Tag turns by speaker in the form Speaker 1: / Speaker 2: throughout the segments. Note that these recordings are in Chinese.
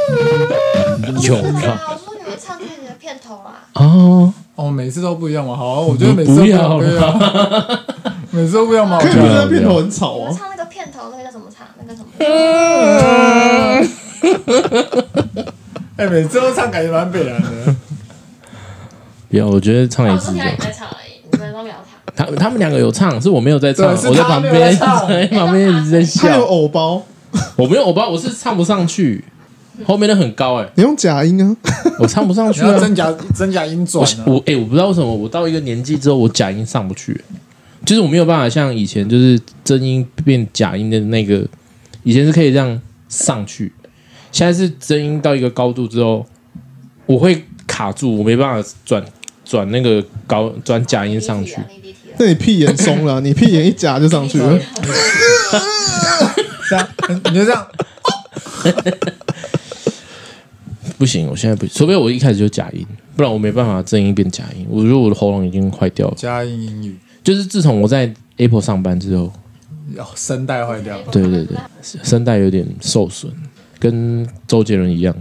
Speaker 1: 有了
Speaker 2: 啊我说你们唱这是你的片头啊，
Speaker 1: 哦，
Speaker 3: 哦，每次都不一样嘛。好 啊，我觉得每次都
Speaker 1: 不
Speaker 3: 一
Speaker 1: 要
Speaker 3: 样，对
Speaker 1: 了
Speaker 3: 啊， 每次都不一样嘛。我
Speaker 4: 可
Speaker 3: 觉
Speaker 4: 是你们
Speaker 3: 得
Speaker 4: 那片头很吵
Speaker 2: 你们
Speaker 4: 啊，
Speaker 2: 唱那个片头那个叫什么唱？啊哦那个什么？
Speaker 1: 嗯
Speaker 3: 哎，每次都唱感觉蛮北然的。
Speaker 1: 不要，我觉得唱
Speaker 2: 我
Speaker 1: 也
Speaker 2: 说
Speaker 1: 哦是
Speaker 2: 你
Speaker 1: 有
Speaker 2: 你。在唱而已，你们都没有唱。啊
Speaker 1: 他他们两个有唱，是我没有在唱，
Speaker 3: 对是
Speaker 1: 我在
Speaker 3: 他
Speaker 1: 旁
Speaker 3: 没有在
Speaker 1: 边，
Speaker 3: 唱
Speaker 1: 在旁边一直在
Speaker 4: 他有
Speaker 1: 笑。
Speaker 4: 偶包，
Speaker 1: 我没有，我不知道我是唱不上去，后面的很高哎、
Speaker 4: 你用假音啊，
Speaker 1: 我唱不上去
Speaker 3: 你要
Speaker 1: 啊。
Speaker 3: 真假真假音转啊
Speaker 1: 我哎、我不知道为什么我到一个年纪之后，我假音上不去、就是我没有办法像以前，就是真音变假音的那个，以前是可以这样上去，现在是真音到一个高度之后，我会卡住，我没办法转转那个高转假音上去。
Speaker 2: 你离题了，
Speaker 4: 那你屁眼松 了啊，你屁眼一夹就上去了，
Speaker 3: 这样，你就这样，
Speaker 1: 不行，我现在不，除非我一开始就假音，不然我没办法正音变假音。我觉得我的喉咙已经坏掉了。
Speaker 3: 加音英语，
Speaker 1: 就是自从我在 Apple 上班之后，
Speaker 3: 然后哦声带坏掉。
Speaker 1: 对对对，声带有点受损，跟周杰伦一样。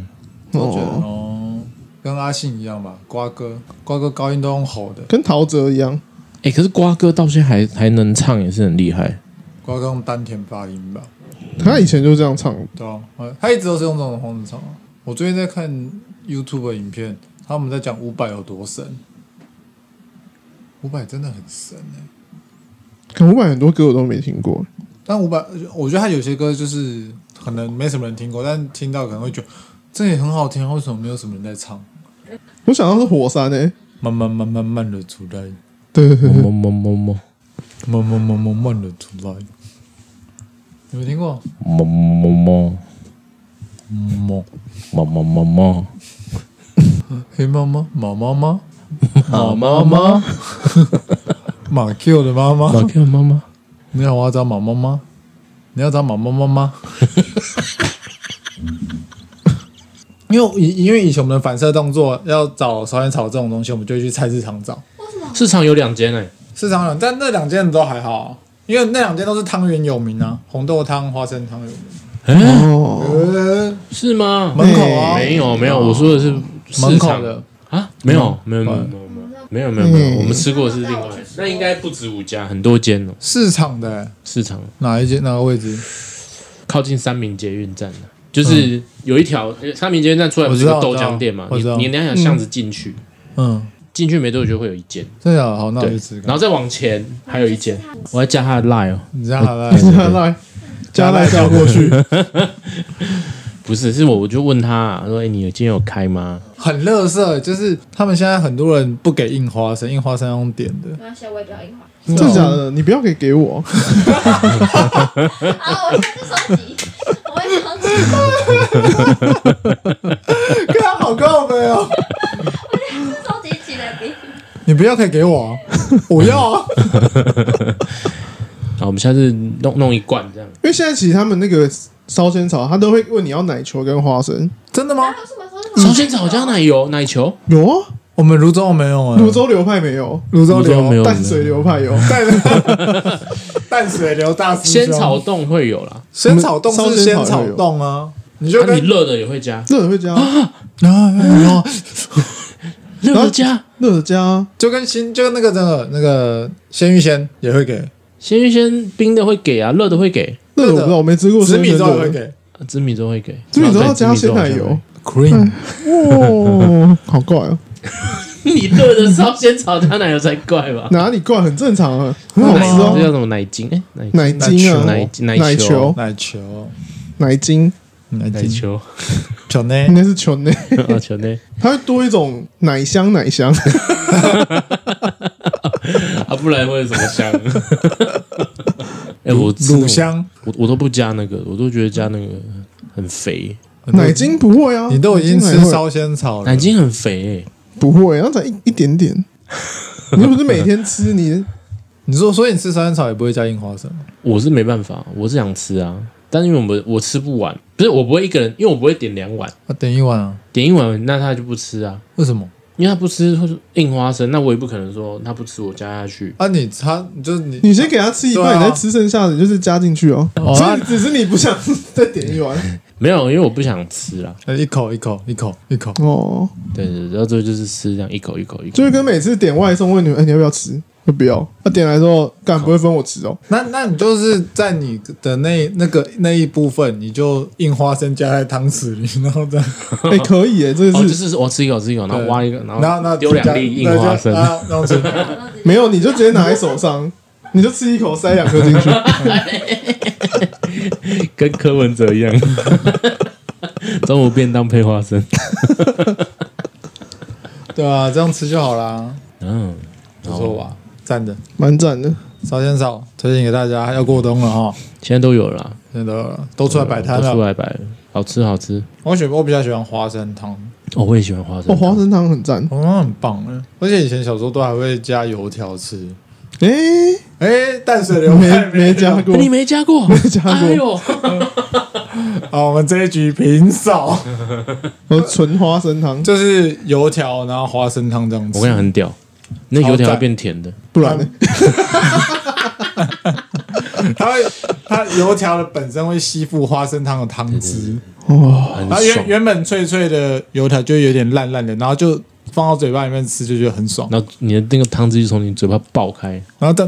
Speaker 4: 哦，
Speaker 3: 哦，跟阿信一样吧，瓜哥，瓜哥高音都用吼的，
Speaker 4: 跟陶喆一样，
Speaker 1: 哎、可是瓜哥到现在还还能唱，也是很厉害。
Speaker 3: 瓜哥用丹田发音吧，
Speaker 4: 他以前就这样唱，
Speaker 3: 对啊，呃他一直都是用这种方式唱啊。我最近在看 YouTube 的影片，他们在讲伍佰有多神，伍佰真的很神哎、
Speaker 4: 可伍佰很多歌我都没听过，
Speaker 3: 但伍佰，我觉得他有些歌就是可能没什么人听过，但听到可能会觉得这也很好听啊，为什么没有什么人在唱？
Speaker 4: 我想到是火山欸诶，
Speaker 3: 慢慢慢慢慢的出来，
Speaker 4: 对对对，
Speaker 1: 么么么么
Speaker 3: 慢慢慢慢慢的出来，你没听过？
Speaker 1: 么么么么
Speaker 3: 么
Speaker 1: 么么么么，
Speaker 3: 黑妈妈，马妈妈，
Speaker 1: 好妈妈，
Speaker 3: 马 Q 的妈妈
Speaker 1: 马，克妈妈，
Speaker 3: 你好，我要找马妈妈，你要找马妈妈吗？ 因为以因为以前我们的反射动作要找烧仙草这种东西，我们就会去菜市场找。
Speaker 1: 市场有两间哎，
Speaker 3: 市场有，但那两间都还好，啊因为那两间都是汤圆有名啊，红豆汤、花生汤有名。
Speaker 4: 哦，
Speaker 3: 呃，
Speaker 1: 是吗？
Speaker 3: 门口啊，
Speaker 1: 没有没有，我说的是市
Speaker 3: 门口
Speaker 1: 场
Speaker 3: 的
Speaker 1: 啊，没有没有没有没有没有没有
Speaker 3: 嗯
Speaker 1: 没有，我们吃过的是另外一家，那应该不止五家，很多间哦。
Speaker 3: 市场的、欸、
Speaker 1: 市场
Speaker 3: 哪一间哪个位置？
Speaker 1: 靠近三明捷运站的，就是有一条呃三明捷运站出来不是有
Speaker 3: 我知道
Speaker 1: 豆浆店嘛？
Speaker 3: 嗯我
Speaker 1: 你
Speaker 3: 知道
Speaker 1: 你那条巷子进去，
Speaker 3: 嗯，
Speaker 1: 进去没多久就会有一间，
Speaker 3: 这样嗯好，那我
Speaker 1: 对
Speaker 3: 去吃，
Speaker 1: 然。后再往前还有一间，我要加他的 line 哦。
Speaker 3: 你这样好了，
Speaker 4: 加赖加赖加过去，
Speaker 1: 不是，是我我就问他、说：“哎、你有今天有开吗
Speaker 3: 很乐色，就是他们现在很多人不给印花生，印花生要用点的。
Speaker 2: 没关系，我也不要樱花。
Speaker 3: 嗯
Speaker 4: 真的假的？你不要给给我，
Speaker 2: 啊，我下次收集，我也想起，
Speaker 3: 看好告白哦！
Speaker 2: 收集起来给你。
Speaker 3: 你不要可以给我、啊，我要啊！？”
Speaker 1: 好，我们下次弄弄一罐这样。
Speaker 4: 因为现在其实他们那个烧仙草，他都会问你要奶球跟花生，
Speaker 3: 真的吗
Speaker 2: 还？有什么
Speaker 3: 嗯
Speaker 1: 首先找加奶油奶球，
Speaker 4: 有啊，
Speaker 3: 我们泸州没有啊、
Speaker 4: 泸 州流派没有，
Speaker 3: 泸州
Speaker 1: 泸州没
Speaker 3: 流
Speaker 1: 有
Speaker 4: 淡水流派有，
Speaker 3: 淡淡水流大师兄
Speaker 1: 仙草冻会有啦。
Speaker 3: 仙草冻是仙
Speaker 4: 烧仙草
Speaker 3: 草
Speaker 4: 也有
Speaker 3: 冻啊，你就
Speaker 1: 那、
Speaker 3: 跟
Speaker 1: 你热的也会加，
Speaker 4: 热的会加，
Speaker 3: 啊然后嗯
Speaker 1: 热的加。
Speaker 4: 热的加，
Speaker 3: 就跟新就跟那个真的那个鲜芋仙也会给，
Speaker 1: 鲜芋仙冰的会给啊，热的会给，
Speaker 4: 热的我不知道，我没吃过
Speaker 3: 紫
Speaker 4: 生
Speaker 3: 米
Speaker 4: 鲜
Speaker 3: 粥也会
Speaker 4: 的，
Speaker 3: 给
Speaker 1: 啊紫米粥会给，
Speaker 4: 紫米粥要
Speaker 1: 然
Speaker 4: 加
Speaker 1: 后再
Speaker 4: 鲜
Speaker 1: 紫米粥
Speaker 4: 奶油，
Speaker 3: cream。
Speaker 4: 嗯哦，好怪哦，
Speaker 1: 好像会。你热的烧仙草加奶油才怪 吧？
Speaker 4: 哪里怪？很正常啊，很好吃
Speaker 1: 这
Speaker 4: 啊，
Speaker 1: 叫什么奶精？哎、奶
Speaker 4: 奶精啊，
Speaker 1: 奶奶
Speaker 4: 奶
Speaker 1: 球
Speaker 4: 球，
Speaker 3: 奶球，
Speaker 4: 奶精，
Speaker 3: 奶
Speaker 1: 奶
Speaker 3: 球，
Speaker 1: 球，
Speaker 3: 球呢？
Speaker 4: 应该是球内，
Speaker 1: 啊球呢？
Speaker 4: 它会多一种奶香奶 香，
Speaker 1: 啊，不然会有什么香？ 哎、我吃那
Speaker 3: 乳
Speaker 1: 种
Speaker 3: 香，
Speaker 1: 我我都不加那个，我都觉得加那个很肥，
Speaker 4: 奶精不会啊，
Speaker 3: 你都已经
Speaker 4: 奶
Speaker 3: 吃
Speaker 4: 精哪里会
Speaker 3: 烧仙草了，
Speaker 1: 奶精很肥、欸，
Speaker 4: 不会，然后才一一点点。你又不是每天吃，你
Speaker 3: 你说，所以你吃烧仙草也不会加樱花生吗？
Speaker 1: 我是没办法，我是想吃啊，但是因为我们我吃不完，不是我不会一个人，因为我不会点两碗，
Speaker 3: 啊，点一碗啊？
Speaker 1: 点一碗那他就不吃啊，
Speaker 3: 为什么？
Speaker 1: 因为他不吃或是硬花生，那我也不可能说他不吃我加下去。
Speaker 3: 啊你他就是你
Speaker 4: 你先给他吃一
Speaker 3: 对
Speaker 4: 半，
Speaker 3: 啊
Speaker 4: 你再吃剩下的，你就是加进去哦。
Speaker 3: 哦
Speaker 4: 所以只是你不想 再点一碗
Speaker 1: 没有，因为我不想吃啊啦。
Speaker 3: 呃一口一口一口一口，
Speaker 4: 哦，
Speaker 1: 对对对，到最后就是吃这样一口一口一口。
Speaker 4: 就是跟每次点外送问你，哎，你要不要吃？就不要。他点来之后，干不会分我 吃哦。
Speaker 3: 那那你就是在你的那那个那一部分，你就硬花生加在汤匙里，然后再
Speaker 4: 哎，可以哎，这
Speaker 1: 哦，就
Speaker 4: 个
Speaker 1: 是是我吃一口吃一口，然后挖一个，然
Speaker 3: 然后然
Speaker 1: 后
Speaker 3: 后
Speaker 1: 丢两粒硬花生
Speaker 3: 对，啊然后吃
Speaker 4: 没有，你就直接拿在手上， 你就吃一口，塞两颗进 去。
Speaker 1: 跟柯文哲 一样。中午便当配花生，
Speaker 3: 对啊，这 样吃就好啦，
Speaker 1: 嗯，
Speaker 3: 不错吧？赞的，
Speaker 4: 蛮赞的。
Speaker 3: 烧仙草推荐给大家，要过冬了哈，
Speaker 1: 现在都有了啦，
Speaker 3: 真的都出来摆摊
Speaker 1: 都出
Speaker 3: 了。
Speaker 1: 来摆了，好吃好吃。
Speaker 3: 我喜我比较喜欢花生汤，
Speaker 1: 哦，我也喜欢花生
Speaker 4: 哦，，花生汤很赞。
Speaker 3: 花生汤很棒啊，而且以前小时候都还会加油条吃。
Speaker 4: 哎，
Speaker 3: 哎，淡水流
Speaker 4: 没
Speaker 3: 派
Speaker 4: 没加 过
Speaker 1: 哎， 你没加过？
Speaker 4: 加过
Speaker 1: 哎呦，
Speaker 3: 好，我们这一局平手，
Speaker 4: 我哦纯花生汤，
Speaker 3: 就是油条，然后花生汤这样
Speaker 1: 我
Speaker 3: 子
Speaker 1: 跟你。讲很屌，那油条
Speaker 3: 超
Speaker 1: 会
Speaker 3: 赞
Speaker 1: 变甜的，
Speaker 4: 不然呢？
Speaker 3: 它会，它油条的本身会吸附花生汤的汤汁，
Speaker 4: 哇，
Speaker 1: 很
Speaker 3: 它原
Speaker 1: 嗯爽。
Speaker 3: 原本脆脆的油条就有点烂烂的，然后就放到嘴巴里面吃就觉得很爽。
Speaker 1: 然后你的那个汤汁就从你嘴巴爆开，
Speaker 3: 然后但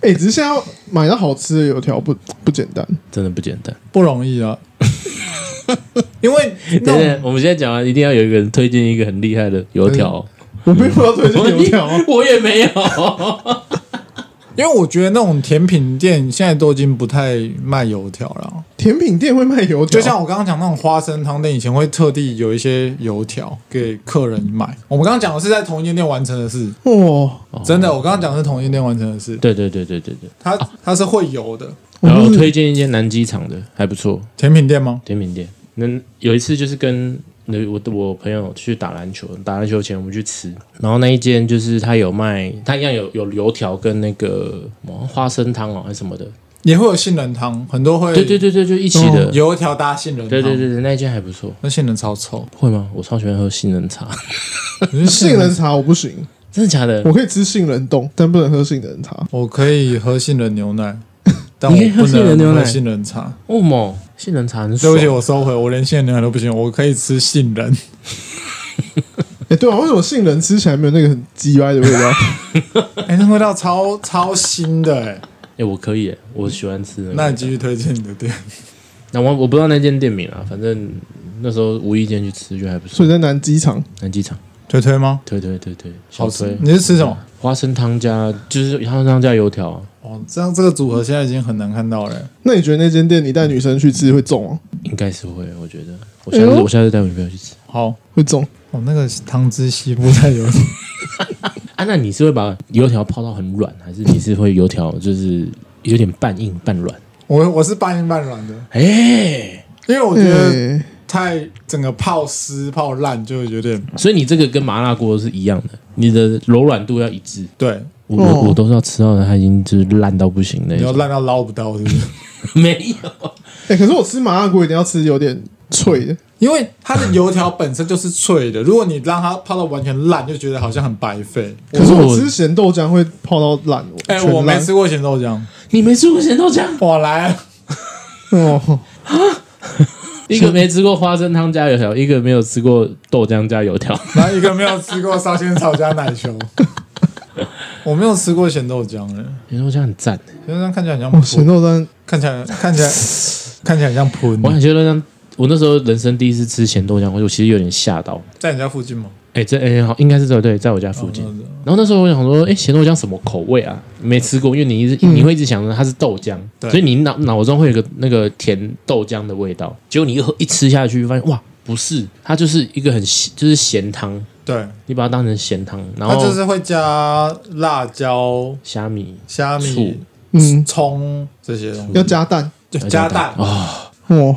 Speaker 4: 哎，只是现在要买到好吃的油条不不简单。
Speaker 1: 真的不简单。
Speaker 3: 不容易 啊，因为
Speaker 1: 对
Speaker 3: 那种
Speaker 1: 对，我们现在讲完，一定要有一个人推荐一个很厉害的油条。
Speaker 4: 我没有要 推荐油条，啊
Speaker 1: 我也没有。
Speaker 3: 因为我觉得那种甜品店现在都已经不太卖油条了，
Speaker 4: 甜品店会卖油条，
Speaker 1: 啊
Speaker 3: 就像我刚刚讲那种花生汤店，以前会特地有一些油条给客人买。我们刚刚讲的是在同一间店完成的事，
Speaker 4: 哇，
Speaker 1: 哦
Speaker 3: 真的，我刚刚讲的是同一间店完成的事，
Speaker 1: 对对对对对对。
Speaker 3: 它它是会油的
Speaker 4: 我
Speaker 1: 然后
Speaker 4: 不
Speaker 1: 我
Speaker 4: 是
Speaker 1: 推荐一间南机场的，还不错，
Speaker 3: 甜品店吗？
Speaker 1: 甜品店。那有一次就是跟那我我朋友去打篮球，打篮球前我们去吃，然后那一间就是他有卖，他一样有有油条跟那个什么花生汤哦还是什么的，
Speaker 3: 也会有杏仁汤，很多会
Speaker 1: 对哦对对对，就一起的。
Speaker 3: 油条搭杏仁汤，
Speaker 1: 对对对对，那一间还不错。
Speaker 3: 那杏仁超臭，
Speaker 1: 会吗？我超喜欢喝杏仁茶，
Speaker 3: 我觉得
Speaker 4: 杏仁茶我不行，
Speaker 1: 真的假的？
Speaker 4: 我可以吃杏仁冻，但不能喝杏仁茶。
Speaker 3: 我可以喝杏仁 牛奶，但我
Speaker 1: 你可以喝
Speaker 3: 不
Speaker 1: 杏仁牛
Speaker 3: 能
Speaker 1: 奶
Speaker 3: 喝杏仁茶。
Speaker 1: 哦么？杏仁茶很
Speaker 3: 对
Speaker 1: 爽
Speaker 3: 不。起，我收回，我连杏仁牛奶都不行，我可以吃杏仁。
Speaker 4: 哎，对啊，为什么杏仁吃起来没有那个很鸡歪的味道？
Speaker 3: 哎、那味道超超新的哎、
Speaker 1: 哎、我可以耶，我喜欢吃、那个
Speaker 3: 那你继续推荐你的店，
Speaker 1: 那我我不知道那间店名啊，反正那时候无意间去吃，就还不
Speaker 4: 所
Speaker 1: 错
Speaker 4: 以。在南机场，
Speaker 1: 南机场，
Speaker 3: 推推吗？
Speaker 1: 对对对对，小
Speaker 3: 好吃
Speaker 1: 推。
Speaker 4: 嗯
Speaker 3: 你是吃什么？
Speaker 1: 花生汤加就是花生汤加油条、啊，
Speaker 3: 哦，这样这个组合现在已经很难看到了、哎
Speaker 4: 那你觉得那间店你带女生去吃会中哦？
Speaker 1: 应该是会，我觉得。我下次、
Speaker 4: 哎呦
Speaker 1: 我下次带我女朋友去吃。
Speaker 3: 好，
Speaker 4: 会中？
Speaker 3: 哦，那个汤汁吸附在油，
Speaker 1: 啊，那你是会把油条泡到很软，还是你是会油条就是有点半硬半软？
Speaker 3: 我我是半硬半软的，
Speaker 1: 哎、
Speaker 3: 因为我
Speaker 4: 呃
Speaker 3: 觉得
Speaker 4: 对，
Speaker 3: 太整个泡湿泡烂就有点
Speaker 1: 所以你这个跟麻辣锅是一样的，你的柔软度要一致。
Speaker 3: 对，
Speaker 1: 我、
Speaker 4: 哦
Speaker 1: 我都是要吃到的，它已经就是烂到不行那
Speaker 3: 你要
Speaker 1: 种。
Speaker 3: 烂到捞不到是不是？
Speaker 1: 没有，
Speaker 4: 哎，可是我吃麻辣锅一定要吃有点脆的，
Speaker 3: 因为它的油条本身就是脆的，如果你让它泡到完全烂，就觉得好像很白费。
Speaker 4: 可是
Speaker 1: 可是
Speaker 4: 我
Speaker 1: 我
Speaker 4: 吃咸豆浆会泡到烂，
Speaker 3: 哎、
Speaker 4: 全
Speaker 3: 我没
Speaker 4: 烂
Speaker 3: 吃过咸豆浆，
Speaker 1: 你没吃过咸豆浆，
Speaker 3: 我来啊，
Speaker 4: 哦，
Speaker 1: 一个没吃过花生汤加油条，一个没有吃过豆浆加 油条。
Speaker 3: 然后一个没有吃过烧仙草加奶 球，我没有吃过咸豆浆哎、
Speaker 1: 咸豆浆很赞，
Speaker 3: 咸豆浆看起来很像
Speaker 4: 哇咸
Speaker 3: 喷，
Speaker 4: 豆浆
Speaker 3: 看起来看起来看起来很像喷
Speaker 1: 我。很咸豆浆。我那时候人生第一次吃咸豆浆，我其实有点吓到。
Speaker 3: 在你家附近吗？
Speaker 1: 哎、这哎、好，应该是在对，在我家附近。然哦后那时候我想说，哎、咸豆浆什么口味啊？没吃过，因为你一直、你会一直想着它是豆浆，
Speaker 3: 对
Speaker 1: 所以你脑脑中会有个那个甜豆浆的味道。结果你一喝一吃下去，发现哇，不是，它就是一个很咸就是咸汤，
Speaker 3: 对，
Speaker 1: 你把它当成咸汤，然
Speaker 3: 它
Speaker 1: 后
Speaker 3: 就是会加辣椒、
Speaker 1: 虾米
Speaker 3: 虾米、
Speaker 4: 嗯
Speaker 3: 葱这些东
Speaker 4: 要
Speaker 3: 西，
Speaker 4: 加蛋，
Speaker 3: 对加蛋，
Speaker 1: 啊，
Speaker 4: 哇，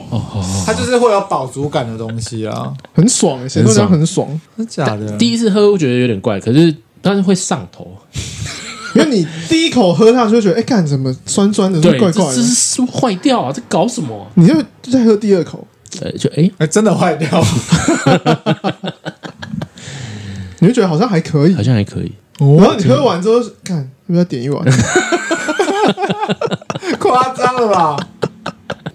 Speaker 3: 它就是会有饱足感的东西啊。
Speaker 4: 很爽哎，咸豆浆很爽，
Speaker 3: 真假的？
Speaker 1: 第一次喝我觉得有点怪，可是但是会上头，
Speaker 4: 因为你第一口喝下去就觉得，哎，干什么酸酸的，
Speaker 1: 对，
Speaker 4: 怪怪
Speaker 1: 这这
Speaker 4: 的
Speaker 1: 是，是不是坏掉啊？这搞什么啊、
Speaker 4: 你就再喝第二口，
Speaker 1: 呃，就哎，
Speaker 3: 哎、真的坏 掉，
Speaker 4: 你会觉得好像还可以
Speaker 1: 好，像还可以。
Speaker 4: 然
Speaker 3: 哦
Speaker 4: 后你喝完之后，看要不要点一碗？
Speaker 3: 夸张了吧？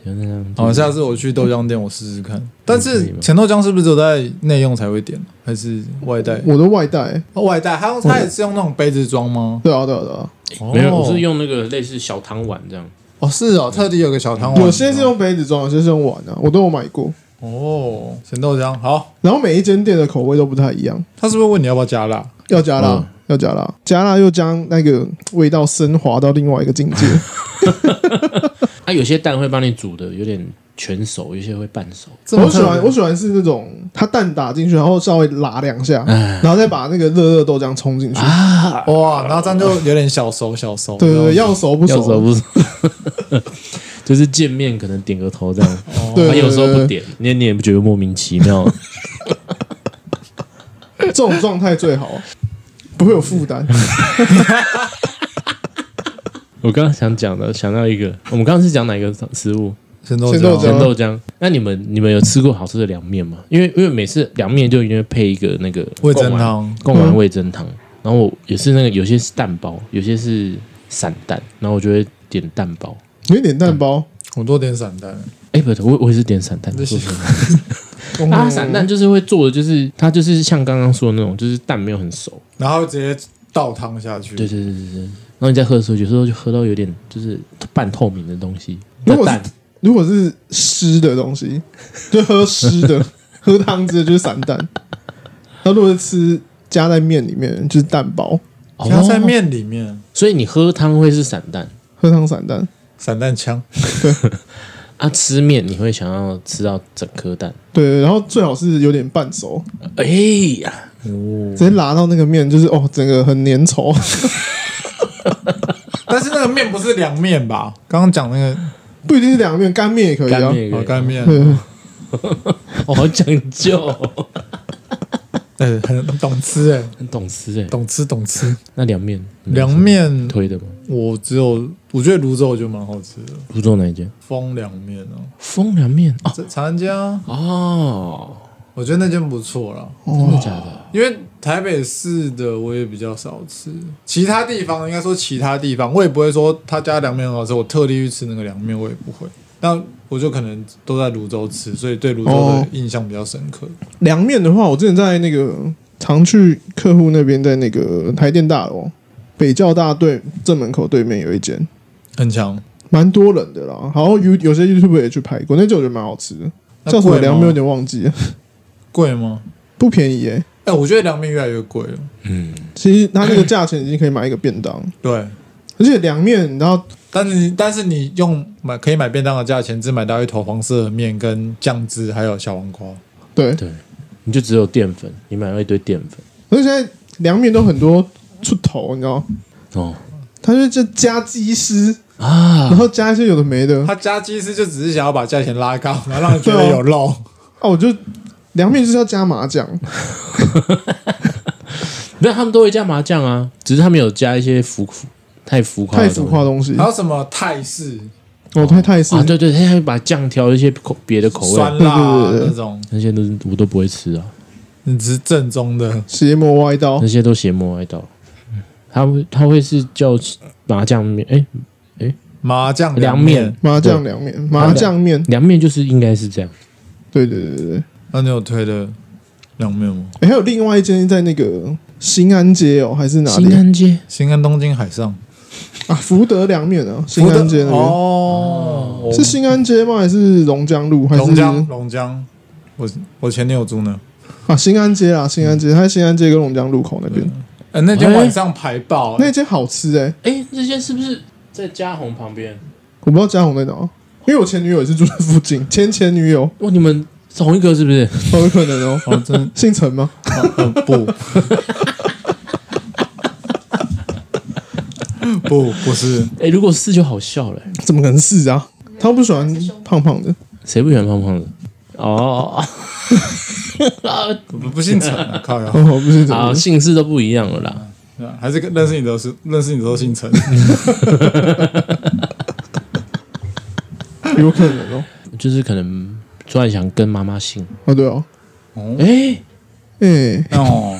Speaker 1: 就那样嗯
Speaker 3: 好，下次我去豆浆店，我试试看。但
Speaker 1: 可以
Speaker 3: 是
Speaker 1: 吗
Speaker 3: 甜豆浆是不是只有在内用才会点，还是外带？
Speaker 4: 我都外带，
Speaker 3: 哦外带，它用它也是用那种杯子装吗？
Speaker 4: 对啊对啊对 啊，
Speaker 1: 没有，我是用那个类似小汤碗这样。
Speaker 3: 哦，是哦，特地有个小汤碗，
Speaker 4: 有些是用杯子装，有些是用碗啊，我都有买过。
Speaker 3: 哦，咸豆浆好。
Speaker 4: 然后每一间店的口味都不太一样，
Speaker 3: 他是不是问你要不要加辣？
Speaker 4: 要加辣，
Speaker 1: 嗯
Speaker 4: 要加辣，加辣又将那个味道升华到另外一个境 界。
Speaker 1: 啊，有些蛋会帮你煮的有点全熟，有些会半熟。
Speaker 3: 这么
Speaker 4: 我喜
Speaker 3: 特别
Speaker 4: 欢我喜欢是那种它蛋打进去，然后稍微拉两下，
Speaker 1: 嗯
Speaker 4: 然后再把那个热热豆浆冲进去。
Speaker 1: 啊
Speaker 3: 哇，然后这样就有点小熟小熟。
Speaker 4: 对对对，
Speaker 3: 这样
Speaker 4: 要熟不熟？啊
Speaker 1: 要熟不熟？ 就是见面可能点个头这样，
Speaker 4: 对，
Speaker 1: 他啊
Speaker 4: 对
Speaker 1: 有时候不，
Speaker 4: 对
Speaker 1: 点，你你也不觉得莫名其 妙。
Speaker 4: 对这种状态最好，啊不会有负担。
Speaker 1: 我刚刚想讲的，想到一个，我们刚刚是讲哪一个食物？
Speaker 3: 咸豆
Speaker 4: 咸豆
Speaker 1: 甜
Speaker 4: 浆
Speaker 3: 浆，
Speaker 1: 豆浆。那你们你们有吃过好吃的凉面吗？因为因为每次凉面就一定会配一个那个
Speaker 3: 味噌
Speaker 1: 贡丸，
Speaker 3: 汤，
Speaker 1: 贡丸味噌汤。然后我也是那个有些是蛋包，有些是散蛋，然后我就会点蛋包。
Speaker 4: 你会点蛋包，
Speaker 3: 我多点散蛋。
Speaker 1: 哎，不对，我我也是点散蛋。
Speaker 3: 这
Speaker 1: 说
Speaker 3: 是
Speaker 1: 实话啊，散蛋就是会做的，就是它就是像刚刚说的那种，就是蛋没有很熟。
Speaker 3: 然后直接倒汤下去。
Speaker 1: 对对对对对。然后你再喝的时候，有时候就喝到有点就是半透明的东西。
Speaker 4: 如果
Speaker 1: 那蛋
Speaker 4: 是如果是湿的东西，就喝湿的， 喝汤汁的就是散蛋。那如果是吃加在面里面，就是蛋包，
Speaker 3: 加
Speaker 1: 哦，
Speaker 3: 在面里面，
Speaker 1: 所以你喝汤会是散蛋
Speaker 4: 喝汤散蛋。
Speaker 3: 散弹枪。
Speaker 1: 啊，吃面你会想要吃到整颗蛋。
Speaker 4: 对，然后最好是有点半熟，
Speaker 1: 哎呀，
Speaker 4: 直接拿到那个面，就是哦，整个很粘稠。
Speaker 3: 但是那个面不是凉面吧？刚刚讲那个
Speaker 4: 不一定是两面，干面也可以
Speaker 1: 干
Speaker 4: 啊。
Speaker 1: 面也可
Speaker 3: 哦
Speaker 1: 以
Speaker 3: 干面，
Speaker 4: 对，
Speaker 1: 哦好讲究哦，
Speaker 3: 哎，很懂吃哎，
Speaker 1: 很懂吃哎。
Speaker 3: 懂吃懂吃。
Speaker 1: 那凉面，你们
Speaker 3: 凉面
Speaker 1: 推的吗？
Speaker 3: 我只有，我觉得泸州我觉得蛮好吃的，
Speaker 1: 泸州哪一间？
Speaker 3: 风凉面哦，
Speaker 1: 风凉面哦
Speaker 3: 这长安街啊，
Speaker 1: 哦，
Speaker 3: 我觉得那间不错啦。
Speaker 1: 真的假的？
Speaker 3: 因为台北市的我也比较少吃，其他地方应该说其他地方，我也不会说他家凉面很好吃，我特地去吃那个凉面，我也不会。那我就可能都在泸州吃，所以对泸州的
Speaker 4: 哦
Speaker 3: 印象比较深刻。
Speaker 4: 凉面的话，我之前在那个常去客户那边，在那个台电大楼北教大对正门口对面有一间，
Speaker 3: 很强，
Speaker 4: 蛮多人的啦。然后有有些 YouTube 也去拍过，那间我觉得蛮好吃的，
Speaker 3: 那
Speaker 4: 叫什么
Speaker 3: 贵吗
Speaker 4: 凉面有点忘记了，
Speaker 3: 贵吗？
Speaker 4: 不便宜耶、
Speaker 3: 哎、我觉得凉面越来越贵了。
Speaker 4: 其实它那个价钱已经可以买一个便当，
Speaker 3: 对，
Speaker 4: 而且凉面，然后
Speaker 3: 但是但是你用买可以买便当的价钱，只买到一头黄色的面跟酱汁，还有小黄瓜。
Speaker 4: 对，
Speaker 1: 对，你就只有淀粉，你买了一堆淀粉
Speaker 4: 而且现在凉面都很多出头，你知道吗？
Speaker 1: 哦
Speaker 4: 它就就加鸡丝，
Speaker 1: 啊
Speaker 4: 然后加一些有的没的。
Speaker 3: 他加鸡丝就只是想要把价钱拉高，然后让你觉得有肉。
Speaker 4: 哦，我就凉面就是要加麻酱，
Speaker 1: 没有，他们都会加麻酱啊，只是他们有加一些浮浮太浮夸的东
Speaker 4: 太
Speaker 1: 西，
Speaker 4: 浮夸的东西
Speaker 3: 还，有什么泰式、
Speaker 4: 我太泰式
Speaker 1: 啊！，对对，他还会把酱调一些口别的口
Speaker 3: 酸
Speaker 1: 味，
Speaker 3: 辣啊
Speaker 4: 对对对对
Speaker 3: 那种，
Speaker 1: 那些都是我都不会吃啊，
Speaker 3: 你只是正宗的。
Speaker 4: 邪魔歪刀
Speaker 1: 那，些都邪魔歪道。他会他会是叫麻酱面，哎，
Speaker 3: 麻酱
Speaker 1: 凉面
Speaker 3: 面。
Speaker 4: 麻酱凉面，麻酱面，
Speaker 1: 凉面就是应该是这样。
Speaker 4: 对对对对对。
Speaker 3: 那你有推的凉面吗？
Speaker 4: 诶还有另外一间在那个新安街哦，还是哪
Speaker 1: 新
Speaker 4: 里
Speaker 1: 安街
Speaker 3: 新安东京海上
Speaker 4: 啊？福德凉面啊，新安街那边
Speaker 3: 哦，
Speaker 4: 是新安街吗？还是龙江路？还
Speaker 3: 龙
Speaker 4: 是
Speaker 3: 江龙江，我我前女友住那，
Speaker 4: 啊新安街啦，新安街，它是新安街跟龙江路口那边，
Speaker 3: 呃，那天
Speaker 1: 哎
Speaker 3: 晚上排爆，啊
Speaker 4: 那间好吃诶，
Speaker 1: 哎，这间是不是在嘉宏旁边？
Speaker 4: 我不知道嘉宏在哪，啊因为我前女友也是住在附近，前前女友，
Speaker 1: 哇，你们同一个是不是？
Speaker 4: 好有可能哦，
Speaker 3: 哦，真
Speaker 4: 姓陈吗？
Speaker 3: 呃不 不不是，
Speaker 1: 哎，如果是就好笑了，
Speaker 4: 怎么可能是啊？他不喜欢胖胖的，
Speaker 1: 谁不喜欢胖胖的？哦，
Speaker 3: 我不信陈 啊，靠呀，
Speaker 4: 哦，不是怎么
Speaker 1: 啊，姓氏都不一样了啦。
Speaker 3: 还是认识你的是认识你的都 姓陈，
Speaker 4: 有可能哦。
Speaker 1: 就是可能突然想跟妈妈姓，
Speaker 4: 哦对哦，
Speaker 3: 哦
Speaker 1: 哎、
Speaker 4: 哎、
Speaker 3: 哦，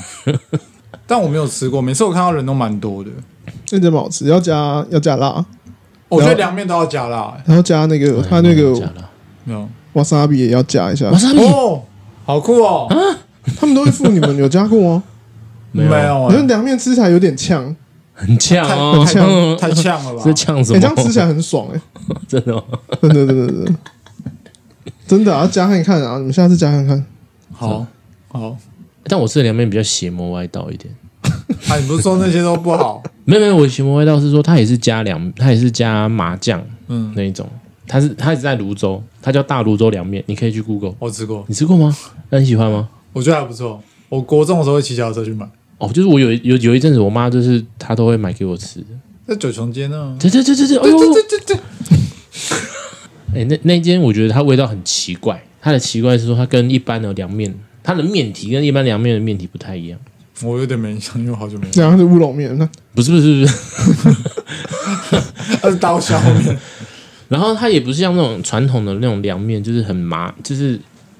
Speaker 3: 但我没有吃过，每次我看到人都蛮多的。
Speaker 4: 那真蛮好吃，要加要加辣，
Speaker 3: 我觉得凉面都要加辣、欸，
Speaker 4: 然后加那个它那个
Speaker 1: 假的，
Speaker 3: 没有
Speaker 4: wasabi 也要加一下
Speaker 1: 我，上面
Speaker 3: 哦，好酷哦，
Speaker 4: 他们都会付你们有加过吗？
Speaker 1: 没
Speaker 3: 有
Speaker 1: 有
Speaker 4: 我觉得
Speaker 3: 欸，
Speaker 4: 凉面吃起来有啊点呛，
Speaker 1: 很呛哦，
Speaker 4: 很呛
Speaker 1: 嗯
Speaker 3: 太呛了吧？
Speaker 1: 这呛什
Speaker 4: 哎、
Speaker 1: 么？
Speaker 4: 这样吃起来很爽哎、
Speaker 1: 真的哦，
Speaker 4: 真的真的真的真的啊，加看看啊，你们下次加看看。
Speaker 3: 好好，
Speaker 1: 但我吃的凉面比较邪魔歪道一点。
Speaker 3: 啊，你不是说那些都不好？
Speaker 1: 没有没有，我邪魔歪道是说它也是加凉，它也是加麻酱
Speaker 3: 嗯，
Speaker 1: 那一种，它是它也是在泸州，它叫大泸州凉面，你可以去 Google。
Speaker 3: 我吃过，
Speaker 1: 你吃过吗？那你喜欢吗？
Speaker 3: 我觉得还不错。我国中的时候会骑脚踏车去买，
Speaker 1: 哦，就是我有有有一阵子，我妈就是她都会买给我吃的。
Speaker 3: 在九重街呢。
Speaker 1: 对对对对对，哎
Speaker 3: 对
Speaker 1: 呦，
Speaker 3: 对对对对，
Speaker 1: 哎、那那间我觉得它味道很奇怪，它的奇怪是说它跟一般的凉面，它的面体跟一般凉面的面体不太一样。
Speaker 3: 我有点没印象，因为我好久 没吃。
Speaker 4: 然后是乌龙面，那
Speaker 1: 不是不是不是，
Speaker 3: 它是刀削面，
Speaker 1: 然后它也不是像那种传统的那种凉面，就是很麻，就是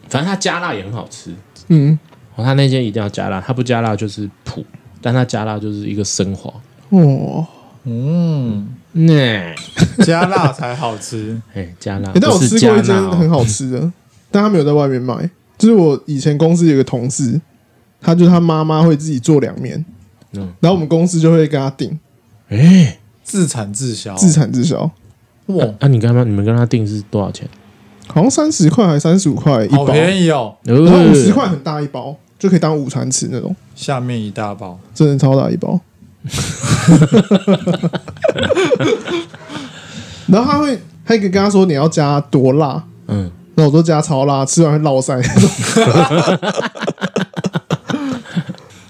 Speaker 1: 反正它加辣也很好吃。
Speaker 4: 嗯，
Speaker 1: 哦，它那间一定要加辣，它不加辣就是普，但它加辣就是一个升华。
Speaker 4: 哦，
Speaker 3: 嗯，
Speaker 1: 那、
Speaker 3: 加辣才好吃。
Speaker 1: 哎、加辣、
Speaker 4: 欸但我
Speaker 1: 不是
Speaker 4: 吃
Speaker 1: 加
Speaker 4: 过一间
Speaker 1: 辣哦
Speaker 4: 很好吃的，但他没有在外面卖。就是我以前公司有个同事，他就是他妈妈会自己做凉面，
Speaker 1: 嗯
Speaker 4: 然后我们公司就会跟他订
Speaker 1: 哎、
Speaker 3: 自产自销，
Speaker 4: 自产自销，
Speaker 3: 哇，
Speaker 1: 啊，你跟他你们跟他订是多少钱？
Speaker 4: 好像三十块还三十五块一
Speaker 3: 好
Speaker 4: 包，然
Speaker 3: 便宜哦！
Speaker 4: 后五十块很大一包，就可以当午餐吃那种，
Speaker 3: 下面一大包，
Speaker 4: 真的超大一包。 然后他会，他可以跟他说你要加多辣，
Speaker 1: 嗯，
Speaker 4: 那我都加超辣，吃完会落腮那种。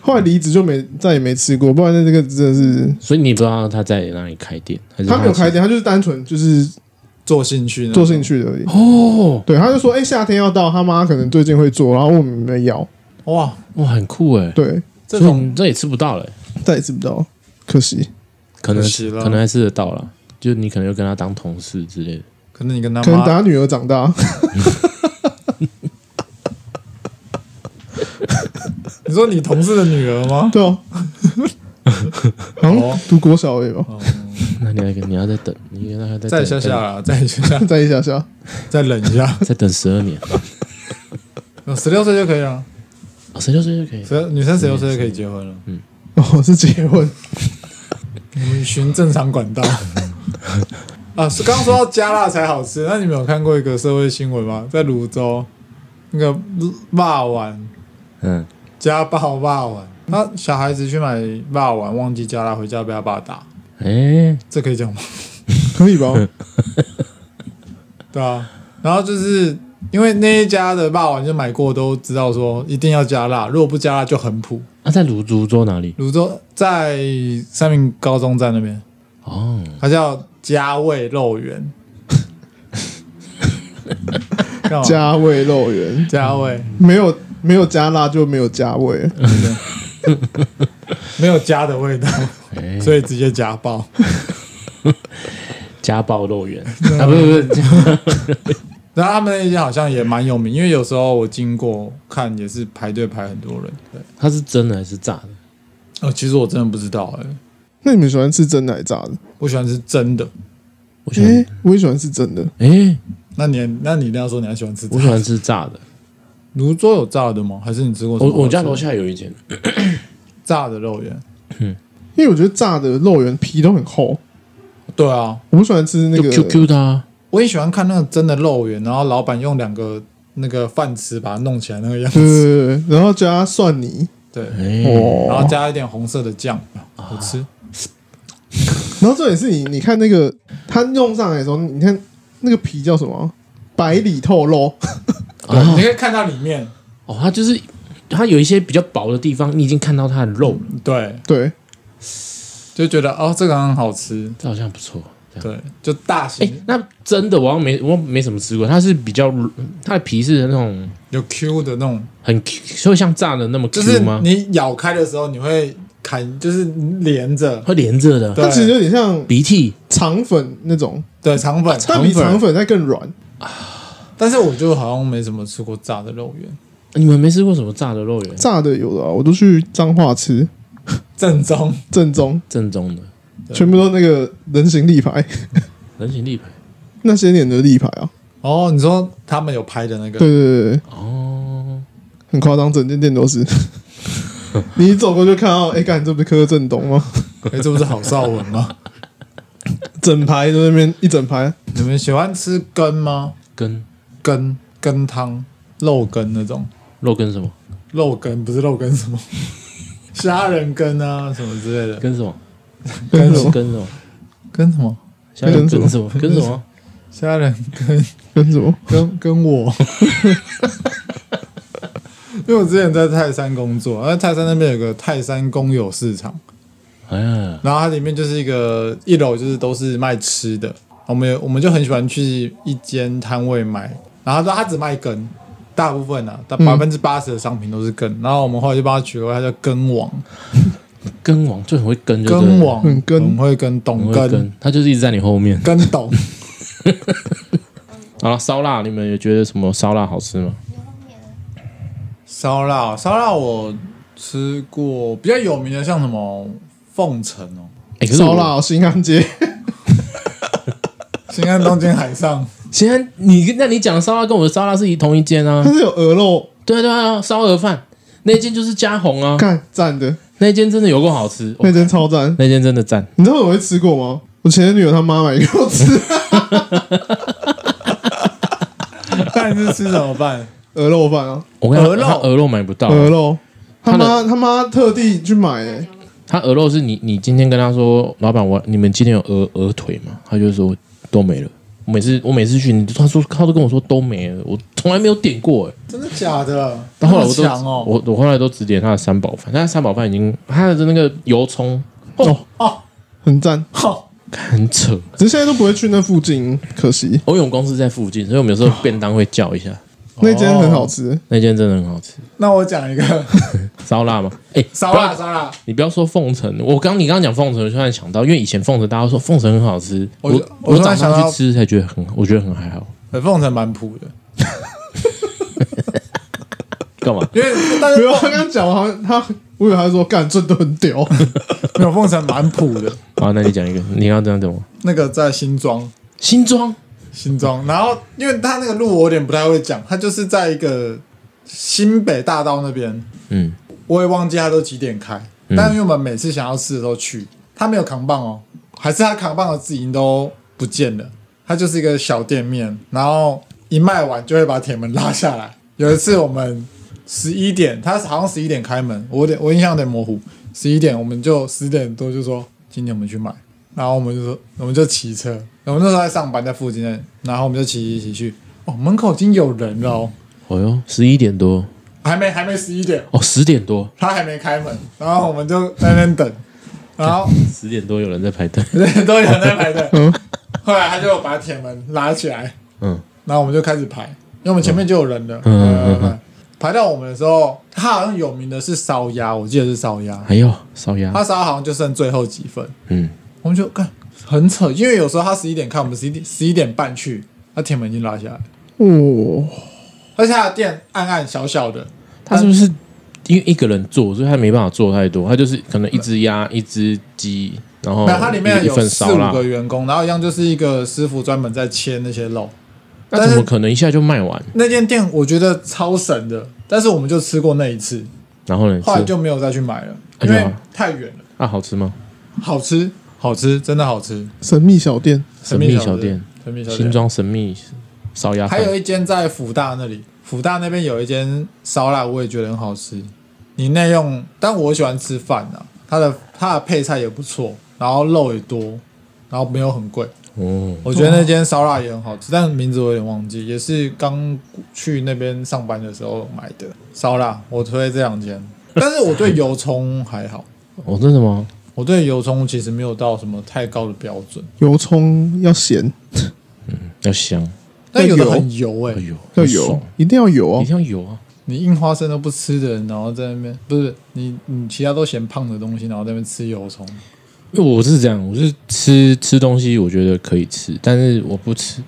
Speaker 4: 后来离职就没再也没吃过，不然那这个真的是
Speaker 1: 所以你不知道他在哪里开店，还是
Speaker 4: 他没有
Speaker 1: 是
Speaker 4: 开店，他就是单纯就是
Speaker 3: 做兴趣呢？
Speaker 4: 做兴趣的而已。
Speaker 1: 哦，
Speaker 4: 对，他就说，哎、夏天要到，他妈可能最近会做，然后问我们有没有要，
Speaker 3: 哇，
Speaker 1: 哇，很酷哎、
Speaker 4: 对，
Speaker 3: 这
Speaker 1: 所以
Speaker 3: 种
Speaker 1: 你这也吃不到了、
Speaker 4: 再也吃不到，可惜。
Speaker 1: 可能
Speaker 3: 可惜了
Speaker 1: 可能还吃得到了，就你可能又跟他当同事之类的。
Speaker 3: 可能你跟他
Speaker 4: 可能等
Speaker 3: 妈
Speaker 4: 他女儿长大，
Speaker 3: 你说你同事的女儿吗？
Speaker 4: 对哦，好
Speaker 3: 哦
Speaker 4: 像读国小而已吧，
Speaker 1: 那你还你要再等，你应该大概再
Speaker 3: 再
Speaker 1: 等
Speaker 3: 下下啦，再下下，
Speaker 4: 再一下下，
Speaker 3: 再忍一 下，
Speaker 1: 再等十二年，
Speaker 3: 嗯十六岁就可以了。
Speaker 1: 哦
Speaker 3: 嗯
Speaker 1: 十六岁就可以。
Speaker 3: 十女生十六岁就可以结婚了。
Speaker 4: 哦，是结婚，
Speaker 3: 我们循正常管 道。啊，是刚刚说到加辣才好吃，那你们有看过一个社会新闻吗？在泸州，那个霸碗
Speaker 1: 嗯，
Speaker 3: 家暴霸碗，那小孩子去买霸碗忘记加辣，回家被他爸打，
Speaker 1: 哎、
Speaker 3: 这可以 讲吗？
Speaker 4: 可 以吧？
Speaker 3: 对啊，然后就是因为那一家的霸王就买过，都知道说一定要加辣，如果不加辣就很普。
Speaker 1: 啊，在泸泸州哪里？
Speaker 3: 泸州在三明高中站那边，
Speaker 1: 哦，
Speaker 3: 它叫加味 肉圆。干嘛
Speaker 4: 加味肉圆，
Speaker 3: 加味
Speaker 4: 没有没有加辣就没有加味，
Speaker 3: 没有加的味道，
Speaker 1: 哎、
Speaker 3: 所以直接加爆。
Speaker 1: 家暴肉圆啊，不是不是，
Speaker 3: 然后他们那一家好像也蛮有名，因为有时候我经过看也是排队排很多人。对，
Speaker 1: 它是真的还是炸的？
Speaker 3: 哦，其实我真的不知道哎、
Speaker 4: 那你们喜欢吃真奶炸的？
Speaker 3: 我喜欢吃真的。
Speaker 1: 我喜
Speaker 4: 哎、
Speaker 1: 欢，哎、
Speaker 4: 我也喜欢吃真的，
Speaker 3: 那你那你一定要说你还喜欢吃炸的？
Speaker 1: 我喜欢吃炸的。
Speaker 3: 泸州有炸的吗？还是你吃过什
Speaker 1: 我
Speaker 3: 么好吃的？
Speaker 1: 我家楼下有一间，
Speaker 3: 炸的肉圆。
Speaker 4: 因为我觉得炸的肉圆皮都很厚，
Speaker 3: 对啊，
Speaker 4: 我不喜欢吃那
Speaker 1: 就
Speaker 4: 个
Speaker 1: QQ 的、啊，
Speaker 3: 我也喜欢看那个真的肉圆，然后老板用两个那个饭匙把它弄起来那个样
Speaker 4: 对
Speaker 3: 子。
Speaker 4: 对对对，然后加蒜泥，
Speaker 3: 对，
Speaker 1: 嗯哎、哦
Speaker 3: 然后
Speaker 4: 哦，
Speaker 3: 加一点红色的酱，好吃。
Speaker 4: 然后重点是你，你看那个它弄上来的时候，你看那个皮叫什么？啊百里透肉，
Speaker 3: 对，
Speaker 1: 啊
Speaker 3: 你可以看到里面。
Speaker 1: 哦，它就是它有一些比较薄的地方，你已经看到它的肉了，
Speaker 3: 对，
Speaker 4: 对，
Speaker 3: 就觉得哦，这个很好吃。
Speaker 1: 这好像不错。这样
Speaker 3: 对，就大
Speaker 1: 哎、
Speaker 3: 型
Speaker 1: 那真的我好像没我没什么吃过，它是比较它的皮是那种
Speaker 3: 有 Q 的那种，
Speaker 1: 很 Q，会像炸的那么
Speaker 3: 就
Speaker 1: Q
Speaker 3: 是
Speaker 1: 吗？
Speaker 3: 你咬开的时候你会砍，就是连着。
Speaker 1: 会连着的，
Speaker 4: 它其实
Speaker 3: 对
Speaker 4: 有点像
Speaker 1: 鼻涕
Speaker 4: 肠粉那种，
Speaker 3: 对，肠粉
Speaker 4: 但比
Speaker 1: 啊肠粉
Speaker 4: 肠粉再更软。
Speaker 3: 但是我就好像没怎么吃过炸的肉圆，
Speaker 1: 你们没吃过什么炸的肉圆？
Speaker 4: 炸的有的啊，我都去彰化吃
Speaker 3: 正宗
Speaker 4: 正宗，
Speaker 1: 正宗的
Speaker 3: 对
Speaker 4: 全部都那个人形立牌，
Speaker 1: 人形立牌
Speaker 4: 那些年的立牌啊，
Speaker 3: 哦。你说他们有拍的那
Speaker 4: 对
Speaker 3: 个，
Speaker 4: 对对对，
Speaker 1: 哦，
Speaker 4: 很夸张，整间店都是。你一走过就看到，哎、干，这不是柯震东吗？
Speaker 3: 哎，这不是郝邵文 吗？
Speaker 4: 整排在那边一整排，
Speaker 3: 你们喜欢吃羹吗？
Speaker 1: 跟
Speaker 3: 羹羹汤、肉羹那种，
Speaker 1: 肉跟什么？
Speaker 3: 肉羹不是肉羹什 么，虾仁羹啊什么之类的，
Speaker 1: 跟什么？
Speaker 4: 跟
Speaker 1: 跟
Speaker 4: 什
Speaker 1: 什么？
Speaker 4: 么？
Speaker 1: 跟什么？
Speaker 3: 跟什么
Speaker 1: 下面
Speaker 4: 跟什么
Speaker 1: 跟什么？跟什么？
Speaker 3: 虾仁羹
Speaker 4: 跟什么？
Speaker 3: 跟跟我， 因为我之前在泰山工作，而泰山那边有个泰山公有市场，
Speaker 1: 哎呀，
Speaker 3: 然后它里面就是一个一楼就是都是卖吃的，我们有我们就很喜欢去一间摊位买，然后他说他只卖羹，大部分啊，
Speaker 4: 嗯
Speaker 3: 大百分之八十的商品都是羹，然后我们后来就帮他取了，它叫羹王，
Speaker 1: 跟王最很会跟，就对了
Speaker 3: 羹王
Speaker 4: 很羹
Speaker 3: 我们会跟
Speaker 1: 很
Speaker 3: 懂
Speaker 1: 会
Speaker 3: 羹
Speaker 1: 跟，他就是一直在你后面。
Speaker 3: 跟懂，
Speaker 1: 好了，烧腊，你们有觉得什么烧腊好吃吗？
Speaker 2: 牛肉面啊，
Speaker 3: 烧腊烧腊我吃过比较有名的像什么凤城哦，
Speaker 1: 哎，可是我
Speaker 4: 烧，腊、新安街，
Speaker 3: 新安东京海上。
Speaker 1: 现在你那你讲的烧腊跟我的烧腊是一同一间啊
Speaker 4: 它？是有鹅肉，
Speaker 1: 对啊对啊，烧鹅饭那间就是加红啊，
Speaker 4: 看赞的，
Speaker 1: 那间真的有够好吃，
Speaker 4: 那间超赞。
Speaker 1: 那间真的赞。
Speaker 4: 你知道我会吃过吗？我前任女友她妈买给我吃
Speaker 3: 但是吃怎么办？
Speaker 4: 鹅肉饭啊，
Speaker 1: 我跟
Speaker 3: 鹅
Speaker 1: 你
Speaker 3: 肉
Speaker 1: 讲，他鹅肉买不到，
Speaker 4: 鹅肉，他
Speaker 1: 它的
Speaker 4: 妈他妈特地去买、欸，
Speaker 1: 他鹅肉是你你今天跟他说，老板我你们今天有鹅鹅腿吗？他就说都没了。我每次我每次去，你他说他都跟我说都没了，我从来没有点过哎、
Speaker 3: 真的假的？
Speaker 1: 到后来我
Speaker 3: 那
Speaker 1: 都、
Speaker 3: 么强哦，
Speaker 1: 我我后来都只点他的三宝饭，但他三宝饭已经他的那个油葱
Speaker 4: 哦
Speaker 3: 哦
Speaker 4: 很赞。
Speaker 3: 好，
Speaker 1: 很扯。
Speaker 4: 只是现在都不会去那附近，可惜
Speaker 1: 我泳公司在附近，所以我们有时候便当会叫一下，
Speaker 4: 那间很好吃、
Speaker 1: 那间真的很好吃。
Speaker 3: 那我讲 一个
Speaker 1: 烧腊吗？哎、
Speaker 3: 烧
Speaker 1: 不要
Speaker 3: 腊，烧腊，
Speaker 1: 你不要说凤城，我刚你刚刚讲凤城，我突然想到，因为以前凤城大家都说凤城很好吃，
Speaker 3: 我
Speaker 1: 我
Speaker 3: 我突然
Speaker 1: 长
Speaker 3: 想到
Speaker 1: 大去吃才觉得很，我觉得很还好。
Speaker 3: 呃凤城蛮普的，
Speaker 1: 干嘛？
Speaker 3: 因为但
Speaker 4: 没
Speaker 3: 是
Speaker 4: 有，他刚讲好像他，我以为他说干这都很屌，
Speaker 3: 没有凤城蛮普的，
Speaker 1: 好，那你讲一个，你要这样讲吗？
Speaker 3: 那个在新庄，
Speaker 1: 新庄
Speaker 3: 新庄，然后因为他那个路我有点不太会讲，他就是在一个新北大道那边，
Speaker 1: 嗯，
Speaker 3: 我也忘记他都几点开，
Speaker 1: 嗯
Speaker 3: 但因为我们每次想要吃的时候去，他没有扛棒哦，还是他扛棒的字音都不见了，他就是一个小店面，然后一卖完就会把铁门拉下来。有一次我们十一点，他好像十一点开门，我有点我印象有点模糊，十一点我们就十点多就说今天我们去买，然后我们就说我们就骑车，我们那时候在上班在附近的，然后我们就骑一起去，哦门口已经有人了、哦，
Speaker 1: 哦哟，十一点多，
Speaker 3: 还没还没十一点，
Speaker 1: 哦，十点多，
Speaker 3: 他还没开门，然后我们就在那边等，然后
Speaker 1: 十点多有人在排 队，
Speaker 3: 人都有人在排队。后来他就把铁门拉起来，
Speaker 1: 嗯，
Speaker 3: 然后我们就开始排，因为我们前面就有人了。
Speaker 1: 嗯嗯
Speaker 3: 嗯
Speaker 1: 嗯嗯
Speaker 3: 排到我们的时候，他好像有名的是烧鸭，我记得是烧鸭，
Speaker 1: 还有哎烧鸭，
Speaker 3: 他烧好像就剩最后几份，
Speaker 1: 嗯，
Speaker 3: 我们就看很扯，因为有时候他十一点看，我们十一点十一点半去，他铁门已经拉下来了，
Speaker 4: 哦，
Speaker 3: 而且他的店暗暗小小的，
Speaker 1: 他是不是因为一个人做，所以他没办法做太多，他就是可能一只鸭、一只鸡，然后
Speaker 3: 没有，它里面
Speaker 1: 哦一
Speaker 3: 有
Speaker 1: 份
Speaker 3: 四
Speaker 1: 烧
Speaker 3: 五
Speaker 1: 腊
Speaker 3: 个，员工，然后一样就是一个师傅专门在切那些肉。
Speaker 1: 那
Speaker 3: 但
Speaker 1: 怎
Speaker 3: 是
Speaker 1: 么可能一下就卖完？
Speaker 3: 那间店我觉得超神的，但是我们就吃过那一次，
Speaker 1: 然后呢？
Speaker 3: 后来
Speaker 1: 吃
Speaker 3: 就没有再去买了，
Speaker 1: 哎
Speaker 3: 因
Speaker 1: 呦
Speaker 3: 为太远了。
Speaker 1: 啊，好吃吗？
Speaker 3: 好吃，好吃，真的好吃。
Speaker 4: 神秘小店，
Speaker 1: 神秘小店，
Speaker 3: 神秘小
Speaker 1: 新
Speaker 3: 店。
Speaker 1: 庄神秘烧鸭饭，
Speaker 3: 还有一间在福大那里，福大那边有一间烧腊，我也觉得很好吃。你内用，但我喜欢吃饭啊，它的它的配菜也不错，然后肉也多，然后没有很贵。
Speaker 1: 哦，
Speaker 3: 我觉得那间烧腊也很好吃，但名字我有点忘记，也是刚去那边上班的时候买的烧腊。我推这两间，但是我对油葱还好，
Speaker 1: 哦，真的吗？
Speaker 3: 我对油葱其实没有到什么太高的标准，
Speaker 4: 油葱要咸，
Speaker 1: 要香，
Speaker 3: 但有的很油哎、
Speaker 1: 哎呦，
Speaker 4: 要
Speaker 1: 很爽
Speaker 4: 油，一定要油
Speaker 1: 一
Speaker 4: 啊！
Speaker 1: 定要有啊！
Speaker 3: 你硬花生都不吃的人，然后在那边不是你你其他都嫌胖的东西，然后在那边吃油葱，
Speaker 1: 因为我是这样，我是吃吃东西，我觉得可以吃，但是我不吃，